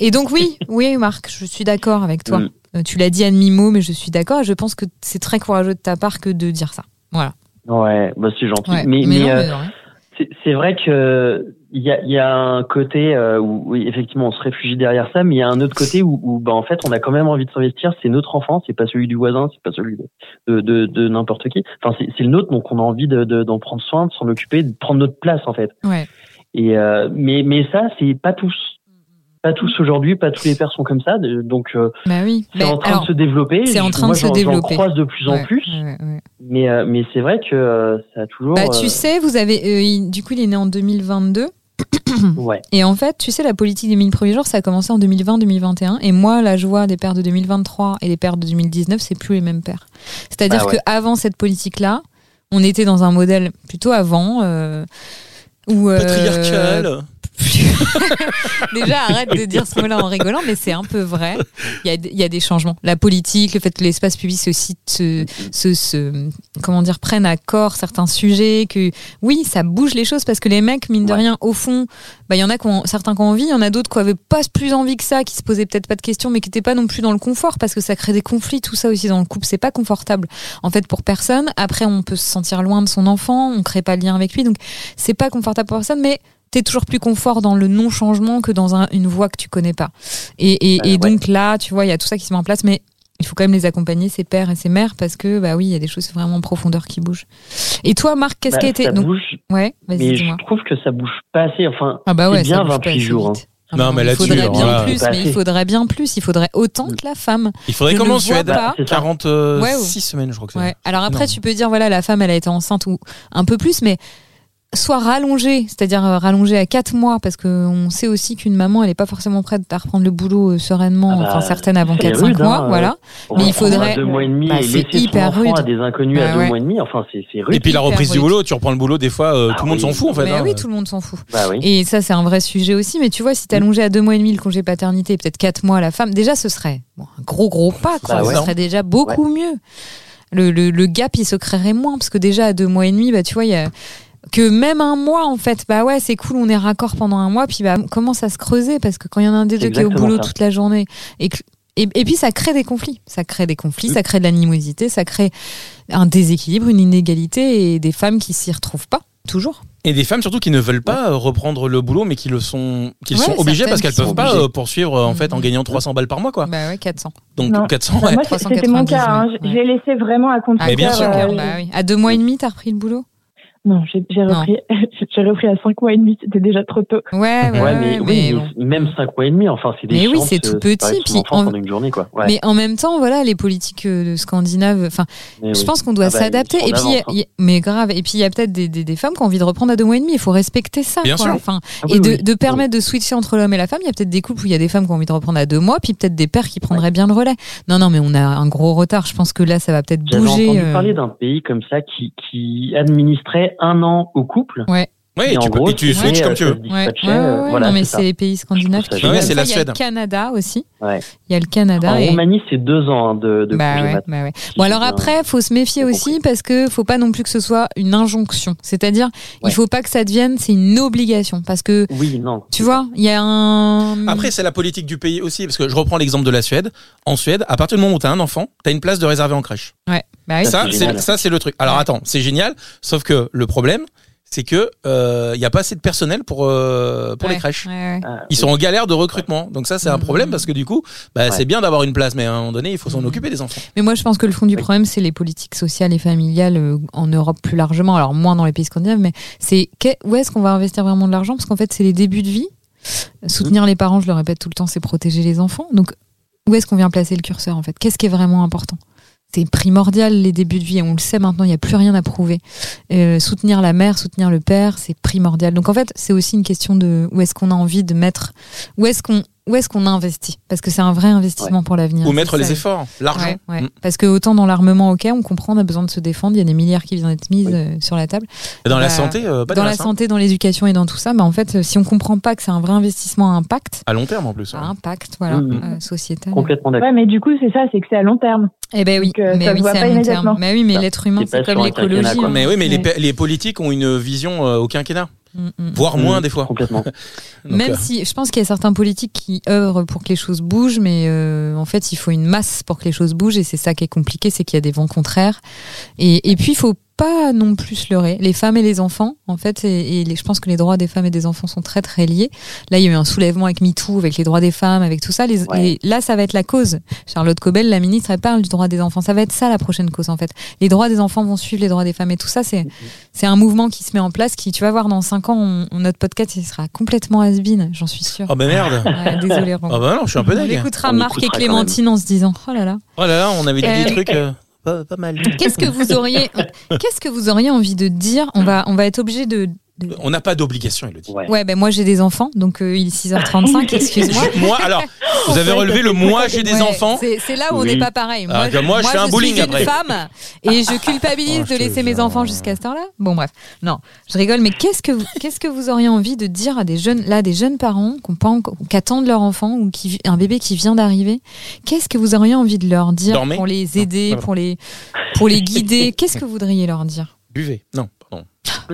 Et donc oui, oui, Marc, je suis d'accord avec toi.
Mm.
Euh, Tu l'as dit à demi-mot, mais je suis d'accord. Je pense que c'est très courageux de ta part que de dire ça. Voilà.
Ouais, bah c'est gentil.
Ouais.
Mais mais,
non, hein.
euh,
de rien.
C'est- C'est vrai que il y a, il y a un côté euh, où, oui, effectivement on se réfugie derrière ça, mais il y a un autre côté où, où bah, en fait on a quand même envie de s'investir. C'est notre enfant, c'est pas celui du voisin, c'est pas celui de, de, de n'importe qui. Enfin c'est c'est le nôtre, donc on a envie de de- d'en prendre soin, de s'en occuper, de prendre notre place en fait.
Ouais.
Et euh, mais mais ça c'est pas tous, pas tous aujourd'hui, pas tous les pères sont comme ça. de- Donc euh,
Bah oui.
c'est
Mais
en train
alors,
de se développer.
c'est en
Je-
train
moi,
de se
j'en- j'en
développer.
croise de plus en
Ouais,
plus,
ouais, ouais.
mais euh, mais c'est vrai que euh, ça a toujours.
Bah, tu
euh,
sais, vous avez. euh, il- du coup, il est né en 2022.
ouais.
Et en fait, tu sais, la politique des 1000 premiers jours, ça a commencé en 2020-2021. Et moi, la joie des pères de 2023 et des pères de 2019, c'est plus les mêmes pères. C'est-à-dire
Ah ouais.
qu'avant cette politique-là, on était dans un modèle plutôt avant. euh, où, euh,
Patriarcal.
*laughs* Déjà, arrête de dire ce mot-là en rigolant, mais c'est un peu vrai. Il y a, d- il y a des changements. La politique, le fait que l'espace public se cite, euh, se, se- se- comment dire, prenne à corps certains sujets, que oui, ça bouge les choses parce que les mecs, mine de
Ouais.
rien, au fond, bah, il y en a qui ont- certains qui ont envie, il y en a d'autres qui avaient pas plus envie que ça, qui se posaient peut-être pas de questions, mais qui n'étaient pas non plus dans le confort parce que ça crée des conflits, tout ça aussi dans le couple, c'est pas confortable. En fait, pour personne. Après, on peut se sentir loin de son enfant, on crée pas de lien avec lui, donc c'est pas confortable pour personne, mais t'es toujours plus confort dans le non-changement que dans un- une voie que tu connais pas. Et, et-
Euh,
et donc là, tu vois, il y a tout ça qui se met en place, mais il faut quand même les accompagner, ces pères et ces mères, parce que, bah oui, il y a des choses vraiment en profondeur qui bougent. Et toi, Marc, qu'est-ce
Bah,
qui a été.
ça
Donc,
bouge,
ouais, vas-y,
mais je
dis-moi.
trouve que ça bouge pas assez. Enfin,
Ah bah
c'est
ouais,
bien
ça bouge
28
pas assez
jours, hein. Bah,
vite.
Non,
Ah bah,
mais
il
là-dessus,
faudrait
alors
bien
là,
plus,
c'est pas
mais il
assez.
faudrait bien plus, il faudrait autant que la femme.
Il faudrait
Je
comment
le
en
vois
Suède
pas.
c'est ça.
46 euh, semaines, je crois que c'est.
Ouais. Alors après,
Non.
tu peux dire, voilà, la femme, elle a été enceinte ou un peu plus, mais soit rallongée, c'est-à-dire euh, rallongée à 4 mois, parce qu'on sait aussi qu'une maman, elle n'est pas forcément prête à reprendre le boulot euh, sereinement,
Ah bah,
enfin certaines avant
c'est
4-5
rude,
mois,
hein,
voilà.
On
Mais
va
il
prendre
faudrait-
à deux mois et demi
Bah,
et
c'est
laisser
hyper
son enfant
rude.
à des inconnus
Bah
à deux
ouais.
mois et demi. Enfin, c'est c'est rude.
Et puis la
hyper
reprise du
rude.
boulot, tu reprends le boulot, des fois, euh,
Ah
tout le monde
oui.
s'en fout en fait.
Mais
hein.
oui, tout le monde s'en fout.
Bah oui.
Et ça, c'est un vrai sujet aussi. Mais tu vois, si t'allongeais à deux mois et demi le congé paternité, peut-être quatre mois à la femme, déjà, ce serait bon, un gros, gros pas. Quoi.
Bah
ce
ouais.
serait déjà beaucoup mieux. Le, le, le gap, il se créerait moins. Parce que déjà, à deux mois et demi, bah, tu vois, il y a que même un mois, en fait, bah ouais, c'est cool, on est raccord pendant un mois, puis bah, commence à se creuser. Parce que quand il y en a un des
C'est
deux qui est au
exactement
boulot
ça.
toute la journée et que- et, et puis ça crée des conflits, ça crée des conflits, ça crée de l'animosité, ça crée un déséquilibre, une inégalité et des femmes qui s'y retrouvent pas toujours.
Et des femmes surtout qui ne veulent pas euh, reprendre le boulot, mais qui le sont, qu'ils
Ouais,
sont obligées
certaines
parce qu'elles
qui sont
peuvent pas
obligées.
euh, poursuivre euh, en fait en
Mhm.
gagnant 300 balles par mois quoi.
Bah ouais, 400.
Donc
Non.
400.
Bah,
ouais.
moi, c'est- c'était mon cas. hein.
399,
J'ai j'ai laissé vraiment à contre
Mais bien sûr.
Bah oui. À deux mois et demi, t'as repris le boulot
Non, j'ai j'ai
Non.
repris, *laughs* j'ai repris à 5 mois et demi. C'était déjà trop tôt.
Ouais, ouais,
Ouais,
ouais,
mais,
mais,
oui,
bon.
mais même 5 mois et demi, enfin, c'est des
Mais oui, c'est tout petit, puis en-
en... une journée, quoi. Ouais.
Mais en même temps, voilà, les politiques euh, de scandinaves, enfin,
Mais
je
oui.
pense qu'on doit
Ah bah, ils
s'adapter.
sont
Et
en
puis, il y a-
avance, hein.
il y a- mais grave. Et puis, il y a peut-être des, des, des femmes qui ont envie de reprendre à deux mois et demi. Il faut respecter ça.
Bien
quoi.
sûr.
Enfin,
Ah oui,
et de,
oui.
de permettre de switcher entre l'homme et la femme. Il y a peut-être des couples où il y a des femmes qui ont envie de reprendre à deux mois, puis peut-être des pères qui prendraient bien le relais. Non, non, mais on a un gros retard. Je pense que là, ça va peut-être
J'avais
bouger.
entendu
euh,
parler d'un pays comme ça qui, qui administrait un an au couple.
Ouais, et
en
tu, peux-
gros,
et tu
c'est,
switches
euh,
comme tu veux.
ça se
Ouais,
dispatchait,
ouais, ouais,
euh,
ouais.
voilà,
non, mais
c'est ça.
c'est les pays scandinaves
Je trouve
qui
ça
font
génial.
ça.
Ouais, c'est la
Il y a
Suède.
le Canada aussi.
Ouais.
Il y a le Canada.
En
et...
Roumanie, c'est deux ans hein, de, de
bah
congé
ouais,
mat.
bah ouais. Bon alors après, faut se méfier
J'ai
aussi parce que faut pas non plus que ce soit une injonction. C'est-à-dire,
Ouais.
il faut pas que ça devienne c'est une obligation parce que
hein. Oui, non.
tu vois, il y a un
Après, c'est la politique du pays aussi, parce que je reprends l'exemple de la Suède. En Suède, à partir du moment où t'as un enfant, t'as une place de réservée en crèche.
Bah oui.
Ça,
Ça,
c'est
c'est
génial.
ça, c'est le truc. Alors
Ouais.
attends, c'est génial, sauf que le problème, c'est que euh, il y a pas assez de personnel pour euh, pour les
Ouais,
crèches.
ouais, ouais.
Ah,
Ils sont en galère de recrutement, donc ça c'est un
Mhm.
problème parce que du coup, bah,
Ouais.
c'est bien d'avoir une place, mais à un moment donné, il faut s'en
Mhm.
occuper des enfants.
Mais moi, je pense que le fond du
Oui.
problème, c'est les politiques sociales et familiales euh, en Europe plus largement, alors moins dans les pays scandinaves, mais c'est qu'est- où est-ce qu'on va investir vraiment de l'argent Parce qu'en fait, c'est les débuts de vie.
Mm.
Soutenir les parents, je le répète tout le temps, c'est protéger les enfants. Donc, où est-ce qu'on vient placer le curseur en fait Qu'est-ce qui est vraiment important c'est primordial les débuts de vie et on le sait maintenant, il n'y a plus rien à prouver. Euh, soutenir la mère, soutenir le père, c'est primordial. Donc en fait, c'est aussi une question de où est-ce qu'on a envie de mettre, où est-ce qu'on où est-ce qu'on investit Parce que c'est un vrai investissement pour l'avenir.
Ou
C'est
mettre
ça,
les efforts, l'argent.
Ouais, ouais.
Mm.
Parce que autant dans l'armement, ok, on comprend, on a besoin de se défendre, il y a des milliards qui viennent d'être mis euh, sur la table.
Et Dans la
Bah,
santé, euh, pas
dans la santé, dans l'éducation et dans tout ça, bah, en fait, euh, si on comprend pas que c'est un vrai investissement à impact,
À long terme en plus.
à
hein.
impact, voilà,
Mm.
Mhm.
euh, sociétal.
Complètement d'accord.
Ouais, mais du coup, c'est ça, c'est que c'est à long terme.
Eh ben oui,
Donc, euh,
mais
ça
oui,
se voit
c'est
pas
à long terme.
immédiatement.
Mais oui, mais l'être humain,
C'est
c'est
pas
comme
sur un
l'écologie.
quinquennat, quoi.
hein.
Mais oui, mais les
Ouais.
pa- les, politiques ont une vision euh, au quinquennat,
Mm, mm.
voire moins
Mm.
des fois.
Complètement.
Donc,
Même
euh,
si je pense qu'il y a certains politiques qui œuvrent pour que les choses bougent, mais euh, en fait, il faut une masse pour que les choses bougent, et c'est ça qui est compliqué, c'est qu'il y a des vents contraires. Et, et puis, il faut pas non plus se leurrer. Les femmes et les enfants, en fait, et, et les- je pense que les droits des femmes et des enfants sont très très liés. Là, il y a eu un soulèvement avec MeToo, avec les droits des femmes, avec tout ça. Les,
Ouais.
les- là, ça va être la cause. Charlotte Cobel, la ministre, elle parle du droit des enfants. Ça va être ça la prochaine cause, en fait. Les droits des enfants vont suivre les droits des femmes et tout ça, c'est c'est un mouvement qui se met en place qui, tu vas voir, dans 5 ans, on- on- notre podcast, il sera complètement has-been, j'en suis sûre.
Oh
*laughs*
ben merde.
Ouais, désolé, Romain.
Oh ben non, je suis un peu
on
dingue.
écoutera
On
Marc
écoutera
et
quand
Clémentine en se disant Oh là là,
Oh là là, on avait dit
Euh,
des trucs euh, pas, pas mal.
qu'est-ce que vous auriez, *laughs* qu'est-ce que vous auriez envie de dire On va, on va être obligé de. de-
*laughs* On n'a pas d'obligation, il le dit.
Ouais.
Ouais, ben moi j'ai des enfants, donc euh, il est
*laughs*
6h35, excuse-moi.
Moi,
*laughs*
alors, *laughs* vous avez relevé le moi, j'ai des
Ouais,
enfants.
C'est c'est là où on
Oui.
n'est pas pareil.
Ah, que moi, je fais un bowling
suis une
après.
femme et je culpabilise
*laughs* Oh, je
de
te
laisser mes
jure.
enfants jusqu'à cette heure-là. Bon, bref. Non, je rigole, mais qu'est-ce que vous, *laughs* qu'est-ce que vous auriez envie de dire à des jeunes, là, des jeunes parents qui ont pas encore- qui attendent leur enfant ou qui, un bébé qui vient d'arriver? Qu'est-ce que vous auriez envie de leur dire
Dormez
pour les aider,
Non, ça va.
pour les, pour
*laughs*
les guider? Qu'est-ce que vous voudriez leur dire?
Buvez. Non,
*laughs*
pardon.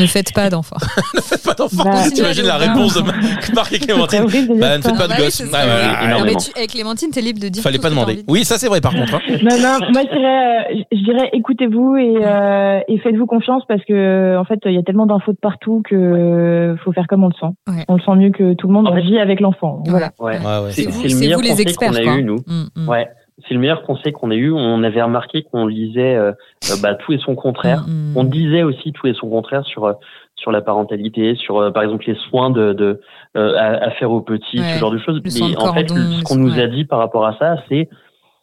Ne faites pas d'enfants.
Faites pas d'enfants.
Bah,
T'imagines la
c'est-
réponse de
*laughs*
Mar- Marc et
C'est
Clémentine.
horrible de
Bah,
dire
ne
ça.
faites pas de
Ah bah oui,
gosse.
ce
Ah,
serait-
voilà,
Ah,
Non,
*laughs* énormément.
mais tu, avec Clémentine, t'es libre de dire.
Fallait
tout
pas
ce que t'as
demander.
envie de
Oui, ça c'est vrai par contre. hein.
Non, non, moi je dirais, euh, je dirais écoutez-vous et, euh, et faites-vous confiance parce que en fait il y a tellement d'infos de partout que euh, faut faire comme on le sent.
Ouais.
On le sent mieux que tout le monde.
En
On
fait-
vit avec l'enfant.
Voilà.
Voilà.
Ouais.
Ah, Ouais, ouais.
C'est
C'est
ça.
vous,
c'est le
c'est
meilleur
vous les
conseil
experts.
qu'on a
quoi.
eu, nous.
Mm, mm.
Ouais. C'est le meilleur conseil qu'on a eu. On avait remarqué qu'on lisait euh, euh, bah, tout et son contraire.
Mm, mm.
On disait aussi tout et son contraire sur euh, sur la parentalité, sur euh, par exemple les soins de, de euh, à, à faire aux petits,
Ouais.
ce genre de choses.
Le soin de
Mais en fait,
cordon,
ce qu'on nous
ouais.
a dit par rapport à ça, c'est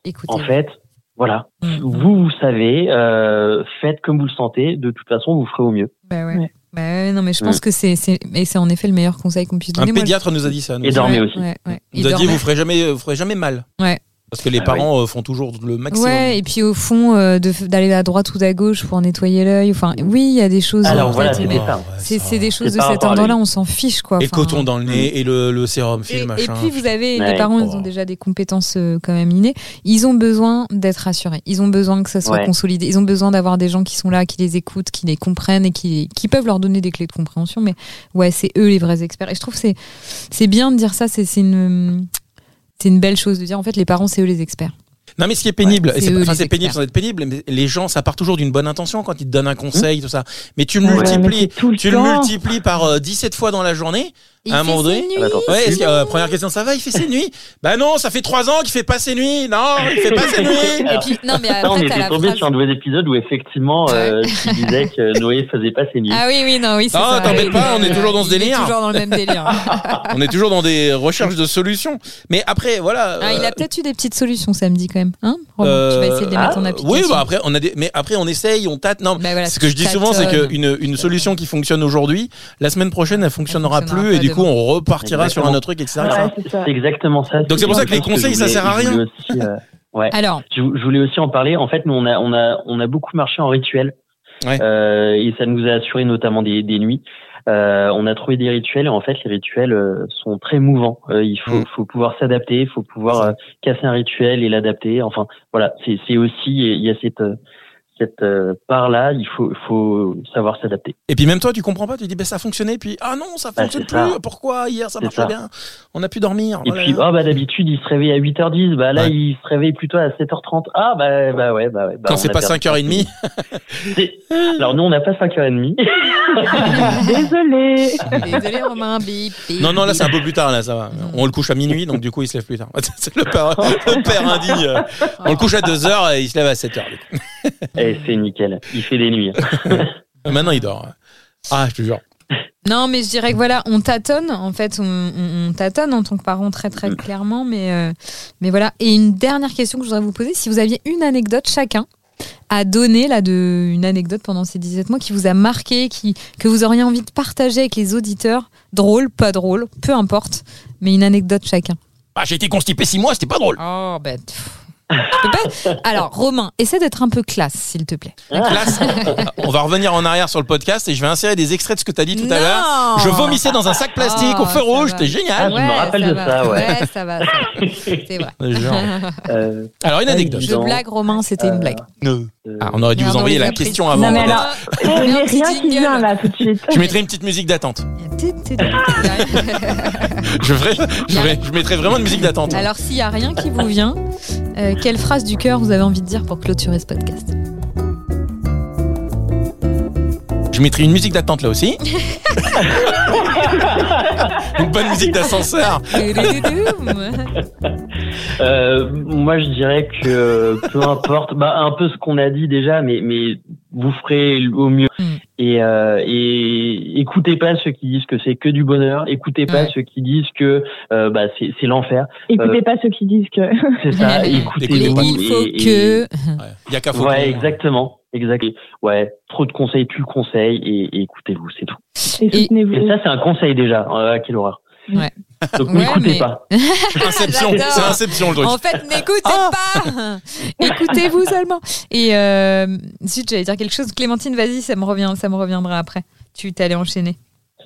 Écoutez.
en fait, voilà,
Mm, mm.
vous vous savez, euh, faites comme vous le sentez. De toute façon, vous ferez au mieux.
Bah ouais.
Ouais.
Bah ouais, non, mais je pense que c'est, c'est, mais c'est en effet le meilleur conseil qu'on puisse
Un
donner. Moi, je-
pédiatre nous a dit ça. nous.
Et dormez
Ouais,
aussi.
ouais, ouais.
Il nous a dit
dormez.
vous ferez jamais, euh, vous ferez jamais mal.
Ouais.
Parce que les
Ah,
parents euh, font toujours le maximum.
Ouais, et puis au fond, euh, de f- d'aller à droite ou à gauche pour nettoyer l'œil. Enfin, oui, il y a des choses.
Ah,
Alors,
en
voilà,
fait,
c'est
mais
des- ça.
ouais,
c'est,
ça.
c'est des choses
C'est
de
par
cet
rapport à lui.
ordre-là, on s'en fiche, quoi.
Et le
Enfin, hein.
coton dans le nez et le, le sérum fil
Et, et
machin.
puis vous avez les
Ouais.
parents, ils
Oh.
ont déjà des compétences euh, quand même innées. Ils ont besoin d'être rassurés. Ils ont besoin que ça soit
Ouais.
consolidé. Ils ont besoin d'avoir des gens qui sont là, qui les écoutent, qui les comprennent et qui, qui peuvent leur donner des clés de compréhension. Mais ouais, c'est eux les vrais experts. Et je trouve que c'est c'est bien de dire ça. C'est c'est une c'est une belle chose de dire. En fait, les parents, c'est eux les experts.
Non, mais ce qui est pénible,
Ouais,
et
c'est
c'est
eux,
enfin,
les
c'est pénible
experts.
sans être pénible, mais les gens, ça part toujours d'une bonne intention quand ils te donnent un conseil, tout ça. Mais tu le
Ouais, Euh, mais
multiplies,
c'est tout le
tu le
temps.
multiplies par euh, 17 fois dans la journée.
Il
À un
fait
moment
ses
donné-
nuits.
Attends,
Ouais, est-ce que, euh, première question, ça va, il fait ses nuits Bah non, ça fait 3 ans qu'il fait pas ses nuits. Non, il fait pas
*laughs*
ses nuits.
Et puis, non, mais
Là, on
après, t'as
était
la
tombé
phrase.
sur un nouvel épisode où effectivement, euh, tu disais que Noé faisait pas
*laughs*
ses nuits.
Ah oui, oui, non, oui, c'est
Ah,
ça.
t'embête
Oui,
pas,
oui,
on est
oui,
toujours dans ce
il est
délire.
toujours dans le même délire.
*laughs* On est toujours dans des recherches de solutions. Mais après, voilà.
Ah, il
euh,
a peut-être eu des petites solutions samedi quand même. Hein Romain, tu vas essayer de les
euh,
mettre en
ah,
application.
Oui, bah après, on a des, mais après, on essaye, on tâte. Non,
Bah voilà,
ce que je dis
tu
souvent, c'est
tâtonnes.
qu'une une solution qui fonctionne aujourd'hui, la semaine prochaine, elle fonctionnera,
fonctionnera
plus, et
pas
du coup, on repartira
Exactement.
sur un autre truc, etc.
Ouais,
etc.
c'est ça.
C'est exactement ça.
Donc, c'est pour ça que les
Je pense
conseils,
je
ça
voulais-
sert à
je
rien.
voulais aussi, euh, ouais.
Alors,
Je, je voulais aussi en parler. En fait, nous, on a, on a, on a beaucoup marché en rituel.
Ouais.
Euh, et ça nous a assuré notamment des, des nuits. Euh, on a trouvé des rituels et en fait les rituels euh, sont très mouvants. Euh, il faut,
Mm.
faut pouvoir s'adapter, il faut pouvoir euh, casser un rituel et l'adapter. Enfin voilà, c'est c'est aussi il y a cette euh, cette part là, il faut faut savoir s'adapter.
Et puis, même toi, tu comprends pas, tu dis, ben, ça fonctionnait, puis, ah non, ça
Bah,
fonctionne
c'est ça.
plus, pourquoi hier ça
C'est
marchait
ça.
bien, on a pu dormir.
Et
voilà.
puis oh, bah d'habitude il se réveille à 8h10, bah là
Ouais.
il se réveille plutôt à 7h30. Ah bah bah ouais bah ouais. Bah,
Quand
on
c'est
a
pas
perdu. *laughs*
5h30,
C'est- Alors nous on n'a pas
*laughs*
5h30.
Désolée.
désolé Romain, bip, bip,
non, non, là, c'est un
bip.
peu plus tard, là, ça va. On le couche à minuit, donc du coup, il se lève plus tard. *laughs* C'est le père, le père indigne. On le couche à 2h et il se lève à 7h.
Eh, c'est nickel. Il fait des
*laughs*
nuits.
Maintenant, il dort. Ah, je te jure.
Non, mais je dirais que voilà, on tâtonne, en fait, on, on- on tâtonne en tant que parent très
Mm.
très clairement, mais, euh, mais voilà. Et une dernière question que je voudrais vous poser, si vous aviez une anecdote chacun à donner, là, de, une anecdote pendant ces 17 mois qui vous a marqué, qui, que vous auriez envie de partager avec les auditeurs, drôle, pas drôle, peu importe, mais une anecdote chacun.
Ah, j'ai été constipé 6 mois, c'était pas drôle.
Oh, bête. Alors, Romain, essaie d'être un peu classe, s'il te plaît.
Classe. Ah. On va revenir en arrière sur le podcast et je vais insérer des extraits de ce que t'as dit tout à l'heure. Je vomissais dans un sac plastique
Oh,
au feu
ça
rouge,
va.
c'était génial.
je me rappelle
ça
de
va.
ça, ouais.
ça va, ça va. C'est vrai.
Genre.
Euh,
Alors une anecdote.
Je
Dans-
blague, Romain, c'était une
Euh,
blague.
euh,
Ah, on aurait dû
Non,
vous
non, euh,
envoyer
il
la
a pris-
question
Non,
avant.
Eh, mais
voilà.
alors- Il n'y a rien qui vient là tout de suite.
Je mettrai une petite musique d'attente. Je, ferai- je, ferai- je mettrai vraiment une musique d'attente.
Alors, s'il n'y a rien qui vous vient, euh, quelle phrase du cœur vous avez envie de dire pour clôturer ce podcast
Je mettrai une musique d'attente
*laughs*
là aussi. une bonne musique d'ascenseur.
euh, moi, je dirais que euh, peu importe, bah, un peu ce qu'on a dit déjà, mais, mais vous ferez au mieux.
Mm.
Et, euh, et écoutez pas ceux qui disent que c'est que du bonheur. Écoutez pas
Ouais.
ceux qui disent que euh, bah, c'est c'est l'enfer.
Écoutez pas ceux qui disent que. *laughs*
*laughs*
C'est ça.
Et
Et
Écoutez-vous.
il faut
et-
que.
Ouais, y a qu'à faux.
Ouais, exactement. Exact. Et Ouais, trop de conseils, tu le conseil et, et écoutez-vous, c'est tout.
Et soutenez-vous.
Et ça, c'est un conseil déjà. Euh, quelle horreur.
Ouais. *laughs*
Donc
Ouais,
n'écoutez
mais-
pas.
Inception,
J'adore.
c'est Inception le truc.
En fait, n'écoutez
Ah.
pas Écoutez-vous seulement Et euh, zut, j'allais dire quelque chose. Clémentine, vas-y, ça me, revient, ça me reviendra après. Tu t'allais enchaîner.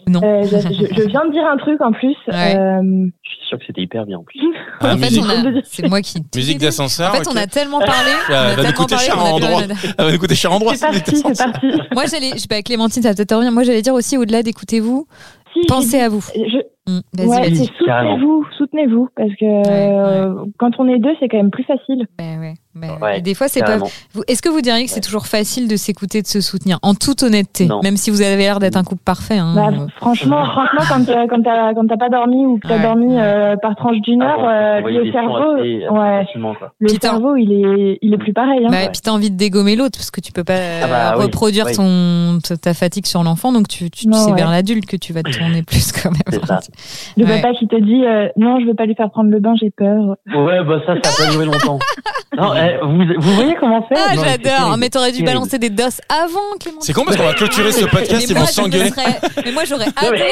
Non
Euh, je, je- je viens de dire un truc en plus.
Ouais.
Euh,
Je suis sûr que c'était hyper bien en plus.
Ah,
En fait,
musique
on a- c'est moi qui.
musique
En
d'ascenseur.
fait, on a tellement
*laughs*
parlé. on a
va nous
tellement
coûter
parlé
cher
qu'on a
en
plus
droit.
rien à dire.
Ah, bah, écoutez, cher endroit.
c'est parti, c'est parti.
Moi, j'allais. Je sais pas, Clémentine, ça va peut-être revenir. Moi, j'allais dire aussi, au-delà
*laughs*
d'écoutez-vous,
Si, j'ai
pensez à vous.
dit- je-
Hum, Vas-y,
ouais,
vas-y.
c'est
Carrément.
soutenez-vous, soutenez-vous, parce que euh, quand on est deux, c'est quand même plus facile.
Ben ouais, ben
Ouais,
ouais. Et Des fois, *laughs* c'est pas.
Carrément.
Vous- Est-ce que vous diriez que c'est
Ouais.
toujours facile de s'écouter, de se soutenir, en toute honnêteté,
Non.
même si vous avez l'air d'être un couple parfait hein,
Bah,
euh,
franchement, franchement, quand euh, quand t'as quand t'as pas dormi ou que t'as
Ouais.
dormi euh, par tranche d'une
Ah,
heure,
bon,
euh,
vous voyez
le
des sons
cerveau,
assez- euh, assez
ouais,
facilement, quoi.
le
Putain.
cerveau, il est il est plus pareil. Hein.
Bah,
Ouais.
Puis t'as envie de dégommer l'autre parce que tu peux pas euh,
Ah bah oui,
reproduire
oui.
ton ta- ta fatigue sur l'enfant, donc tu, tu,
Non,
c'est
ouais.
vers l'adulte que tu vas te tourner *laughs* plus quand même.
C'est ça.
Le
Ouais.
papa qui te dit euh, non, je veux pas lui faire prendre le bain, j'ai peur.
Ouais, bah ça, ça a pas duré
*laughs*
longtemps. Non, eh, vous, vous voyez comment c'est
Ah
Non, mais c'est
j'adore,
terrible.
mais t'aurais dû
Terrible.
balancer des doses avant, Clément.
C'est con parce qu'on va clôturer ce podcast,
mais,
ils
moi,
vont
je me
s'engueuler.
serais- mais moi j'aurais adoré.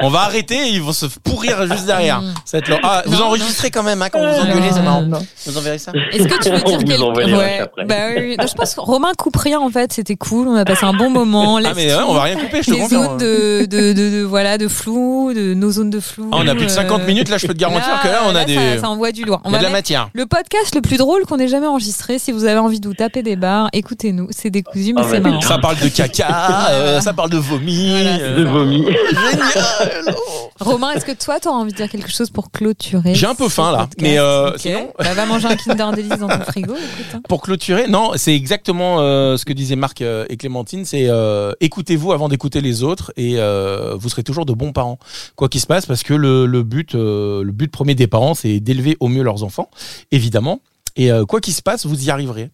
On va arrêter et ils vont se pourrir juste derrière.
Mm.
Ça va être leur- Ah, vous
Non,
enregistrez quand même hein, quand vous
non,
engueulez, c'est
non,
marrant.
non.
Vous enverrez ça
euh, Est-ce que tu veux
On
dire
vous
quelque
envoie les
Ouais,
vaches après.
bah oui, oui. Non, je pense que Romain coupe rien en fait, c'était cool, on a passé un bon moment.
Ah, mais ouais, on va rien couper, je te hein.
les
confirme.
zones de, de, de, de- voilà de flou, de nos zones de flou.
Ah, on a plus de 50
euh,
minutes, là je peux te garantir
là,
que là on a
là,
des.
Ça, ça envoie du lourd. On
il y
va
a de la
mettre
matière.
le podcast podcast le plus drôle qu'on ait jamais enregistré. Si vous avez envie de vous taper des barres, écoutez-nous. C'est décousu, mais
Ah
c'est
ouais.
marrant.
Ça parle de caca, euh, ça parle de vomi.
Voilà, c'est
euh,
De vomi.
Génial
Romain, est-ce que toi, t'auras envie de dire quelque chose pour clôturer
J'ai un peu
ce
faim, là.
podcast
Mais, euh,
Ok.
sinon-
Bah, va manger un Kinder Delice dans ton frigo, écoute. hein.
Pour clôturer, non, c'est exactement euh, ce que disaient Marc euh, et Clémentine, c'est euh, écoutez-vous avant d'écouter les autres et euh, vous serez toujours de bons parents, quoi qu'il se passe, parce que le, le but, euh, le but premier des parents, c'est d'élever au mieux leurs enfants, évidemment. Et euh, quoi qu'il se passe, vous y arriverez.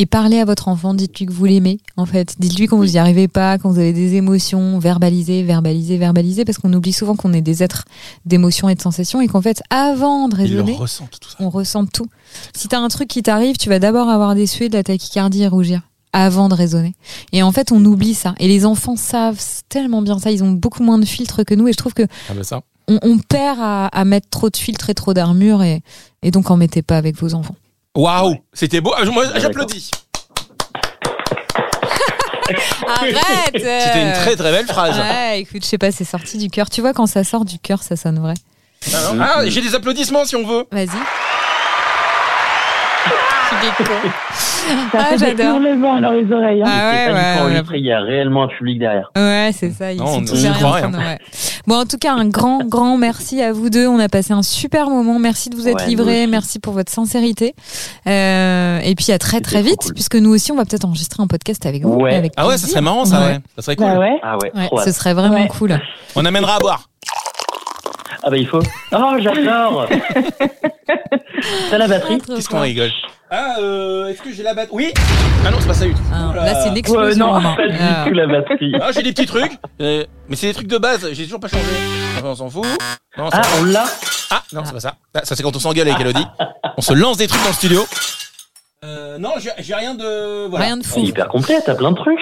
Et parlez à votre enfant, dites-lui que vous l'aimez, en fait. Dites-lui quand vous n'y arrivez pas, quand vous avez des émotions, verbalisez, verbalisez, verbalisez, parce qu'on oublie souvent qu'on est des êtres d'émotions et de sensations, et qu'en fait, avant de
Ils le
raisonner,
ressentent tout ça.
on ressent tout. Si t'as un truc qui t'arrive, tu vas d'abord avoir des suées, de la tachycardie et rougir avant de raisonner. Et en fait, on oublie ça. Et les enfants savent tellement bien ça. Ils ont beaucoup moins de filtres que nous. Et je trouve que
Ah bah ça.
on, on perd à, à mettre trop de filtres et trop d'armure. Et, et donc, en mettez pas avec vos enfants.
Waouh, c'était beau. Ah, Moi,
Ouais,
j'applaudis.
Arrête
*laughs* C'était une très très belle phrase.
Ouais, écoute, je sais pas, c'est sorti du cœur. Tu vois, quand ça sort du cœur, ça sonne vrai.
*laughs*
Ah, non Ah, j'ai des applaudissements si on veut.
Vas-y.
Ça
Ah,
fait des
j'adore.
hurlements dans les oreilles. hein.
Ah
C'est pas du tout
ouais, ouais, ouais.
enregistré, Il y a réellement un public derrière.
Ouais, c'est ça. Ils
Non, on
sont tous
y
derrière
croirait, hein.
en train de- ouais. Bon, en tout cas, un grand, grand merci à vous deux. On a passé un super moment. Merci de vous être
Ouais, nous
livrés.
aussi.
Merci pour votre sincérité. Euh, et puis à très, très
C'était trop
vite,
cool.
puisque nous aussi, on va peut-être enregistrer un podcast avec vous.
Ouais.
avec
Ah ouais, ça
plaisir.
serait marrant ça.
Ouais.
ouais. Ça serait cool.
Bah ouais.
Ah ouais,
Ouais,
trop
ce
hâte.
serait vraiment
Ouais.
cool.
On amènera à boire.
Ah bah il faut. Oh,
*laughs*
j'adore T'as la batterie
Qu'est-ce qu'on rigole Ah, euh, est-ce que j'ai la batte Oui. Ah non, c'est pas ça du tout.
Ah,
Oula.
Là, c'est une
Ouais,
explosion.
Non,
Romain.
pas du
Ah.
tout la batterie.
Ah, j'ai des petits trucs, *laughs* euh, mais c'est des trucs de base, j'ai toujours pas changé. Enfin, on s'en fout. Non,
Ah,
ça-
on l'a
ah, non, c'est pas ça. Ah, ça, c'est quand on s'engueule avec Elodie.
Ah.
On se lance des trucs dans le studio. Euh, non, j'ai- j'ai rien de. Voilà.
Rien de fou.
C'est hyper complet, t'as plein de trucs.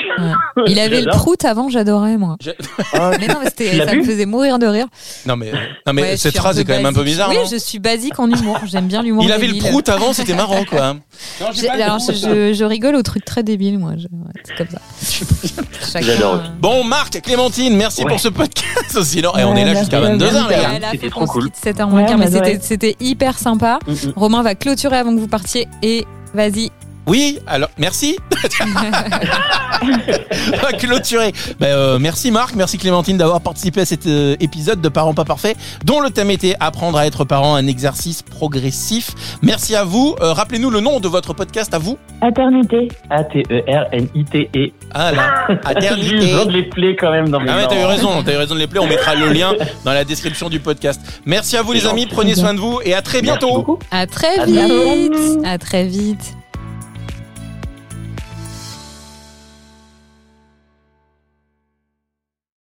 Il avait le
*laughs* J'adore.
prout avant, j'adorais, moi. *laughs* Ah,
J'ai-
Mais non, mais c'était-
Tu l'as
ça
vu
me faisait mourir de rire.
Non, mais, non, mais
Ouais, je
cette
suis un
phrase
peu
est quand même un peu
basique.
bizarre.
Oui,
non
je suis basique en humour. J'aime bien l'humour.
Il avait le
débile.
prout avant, c'était
*laughs*
marrant, quoi. Non, j'ai
J'ai-
pas le
alors,
prout.
je, je- je rigole aux trucs très débiles, moi. Je- ouais, c'est comme ça.
*laughs*
Chacun,
J'adore.
euh,
Bon, Marc, Clémentine, merci
Ouais.
pour ce podcast aussi long. Et on
Ouais,
est là
merci
jusqu'à
à vous.
22h, les
ouais,
gars.
là,
c'était
faut
trop
qu'on se
cool.
quitte 7h moins
Ouais,
quart, mais
on adorait.
c'était- c'était hyper sympa.
Mm, mm.
Romain va clôturer avant que vous partiez et vas-y.
Oui, alors
*laughs*
merci. On va clôturer. Ben, euh, merci Marc, merci Clémentine d'avoir participé à cet euh, épisode de Parents pas parfaits, dont le thème était apprendre à être parent, un exercice progressif. Merci à vous. Euh, Rappelez-nous le nom de votre podcast à vous.
Aternité.
E A-T-E-R-N-I-T-E. *laughs*
Ah là,
J'ai
Aternité.
besoin de les play quand même dans mes
Ah ouais,
dents.
t'as eu raison, t'as eu raison de les plaire. On mettra le lien dans la description du podcast. Merci à vous les
C'est
amis,
gentil.
E prenez soin de vous et à très
Merci
bientôt.
beaucoup.
À très
À
vite.
bientôt.
À très vite.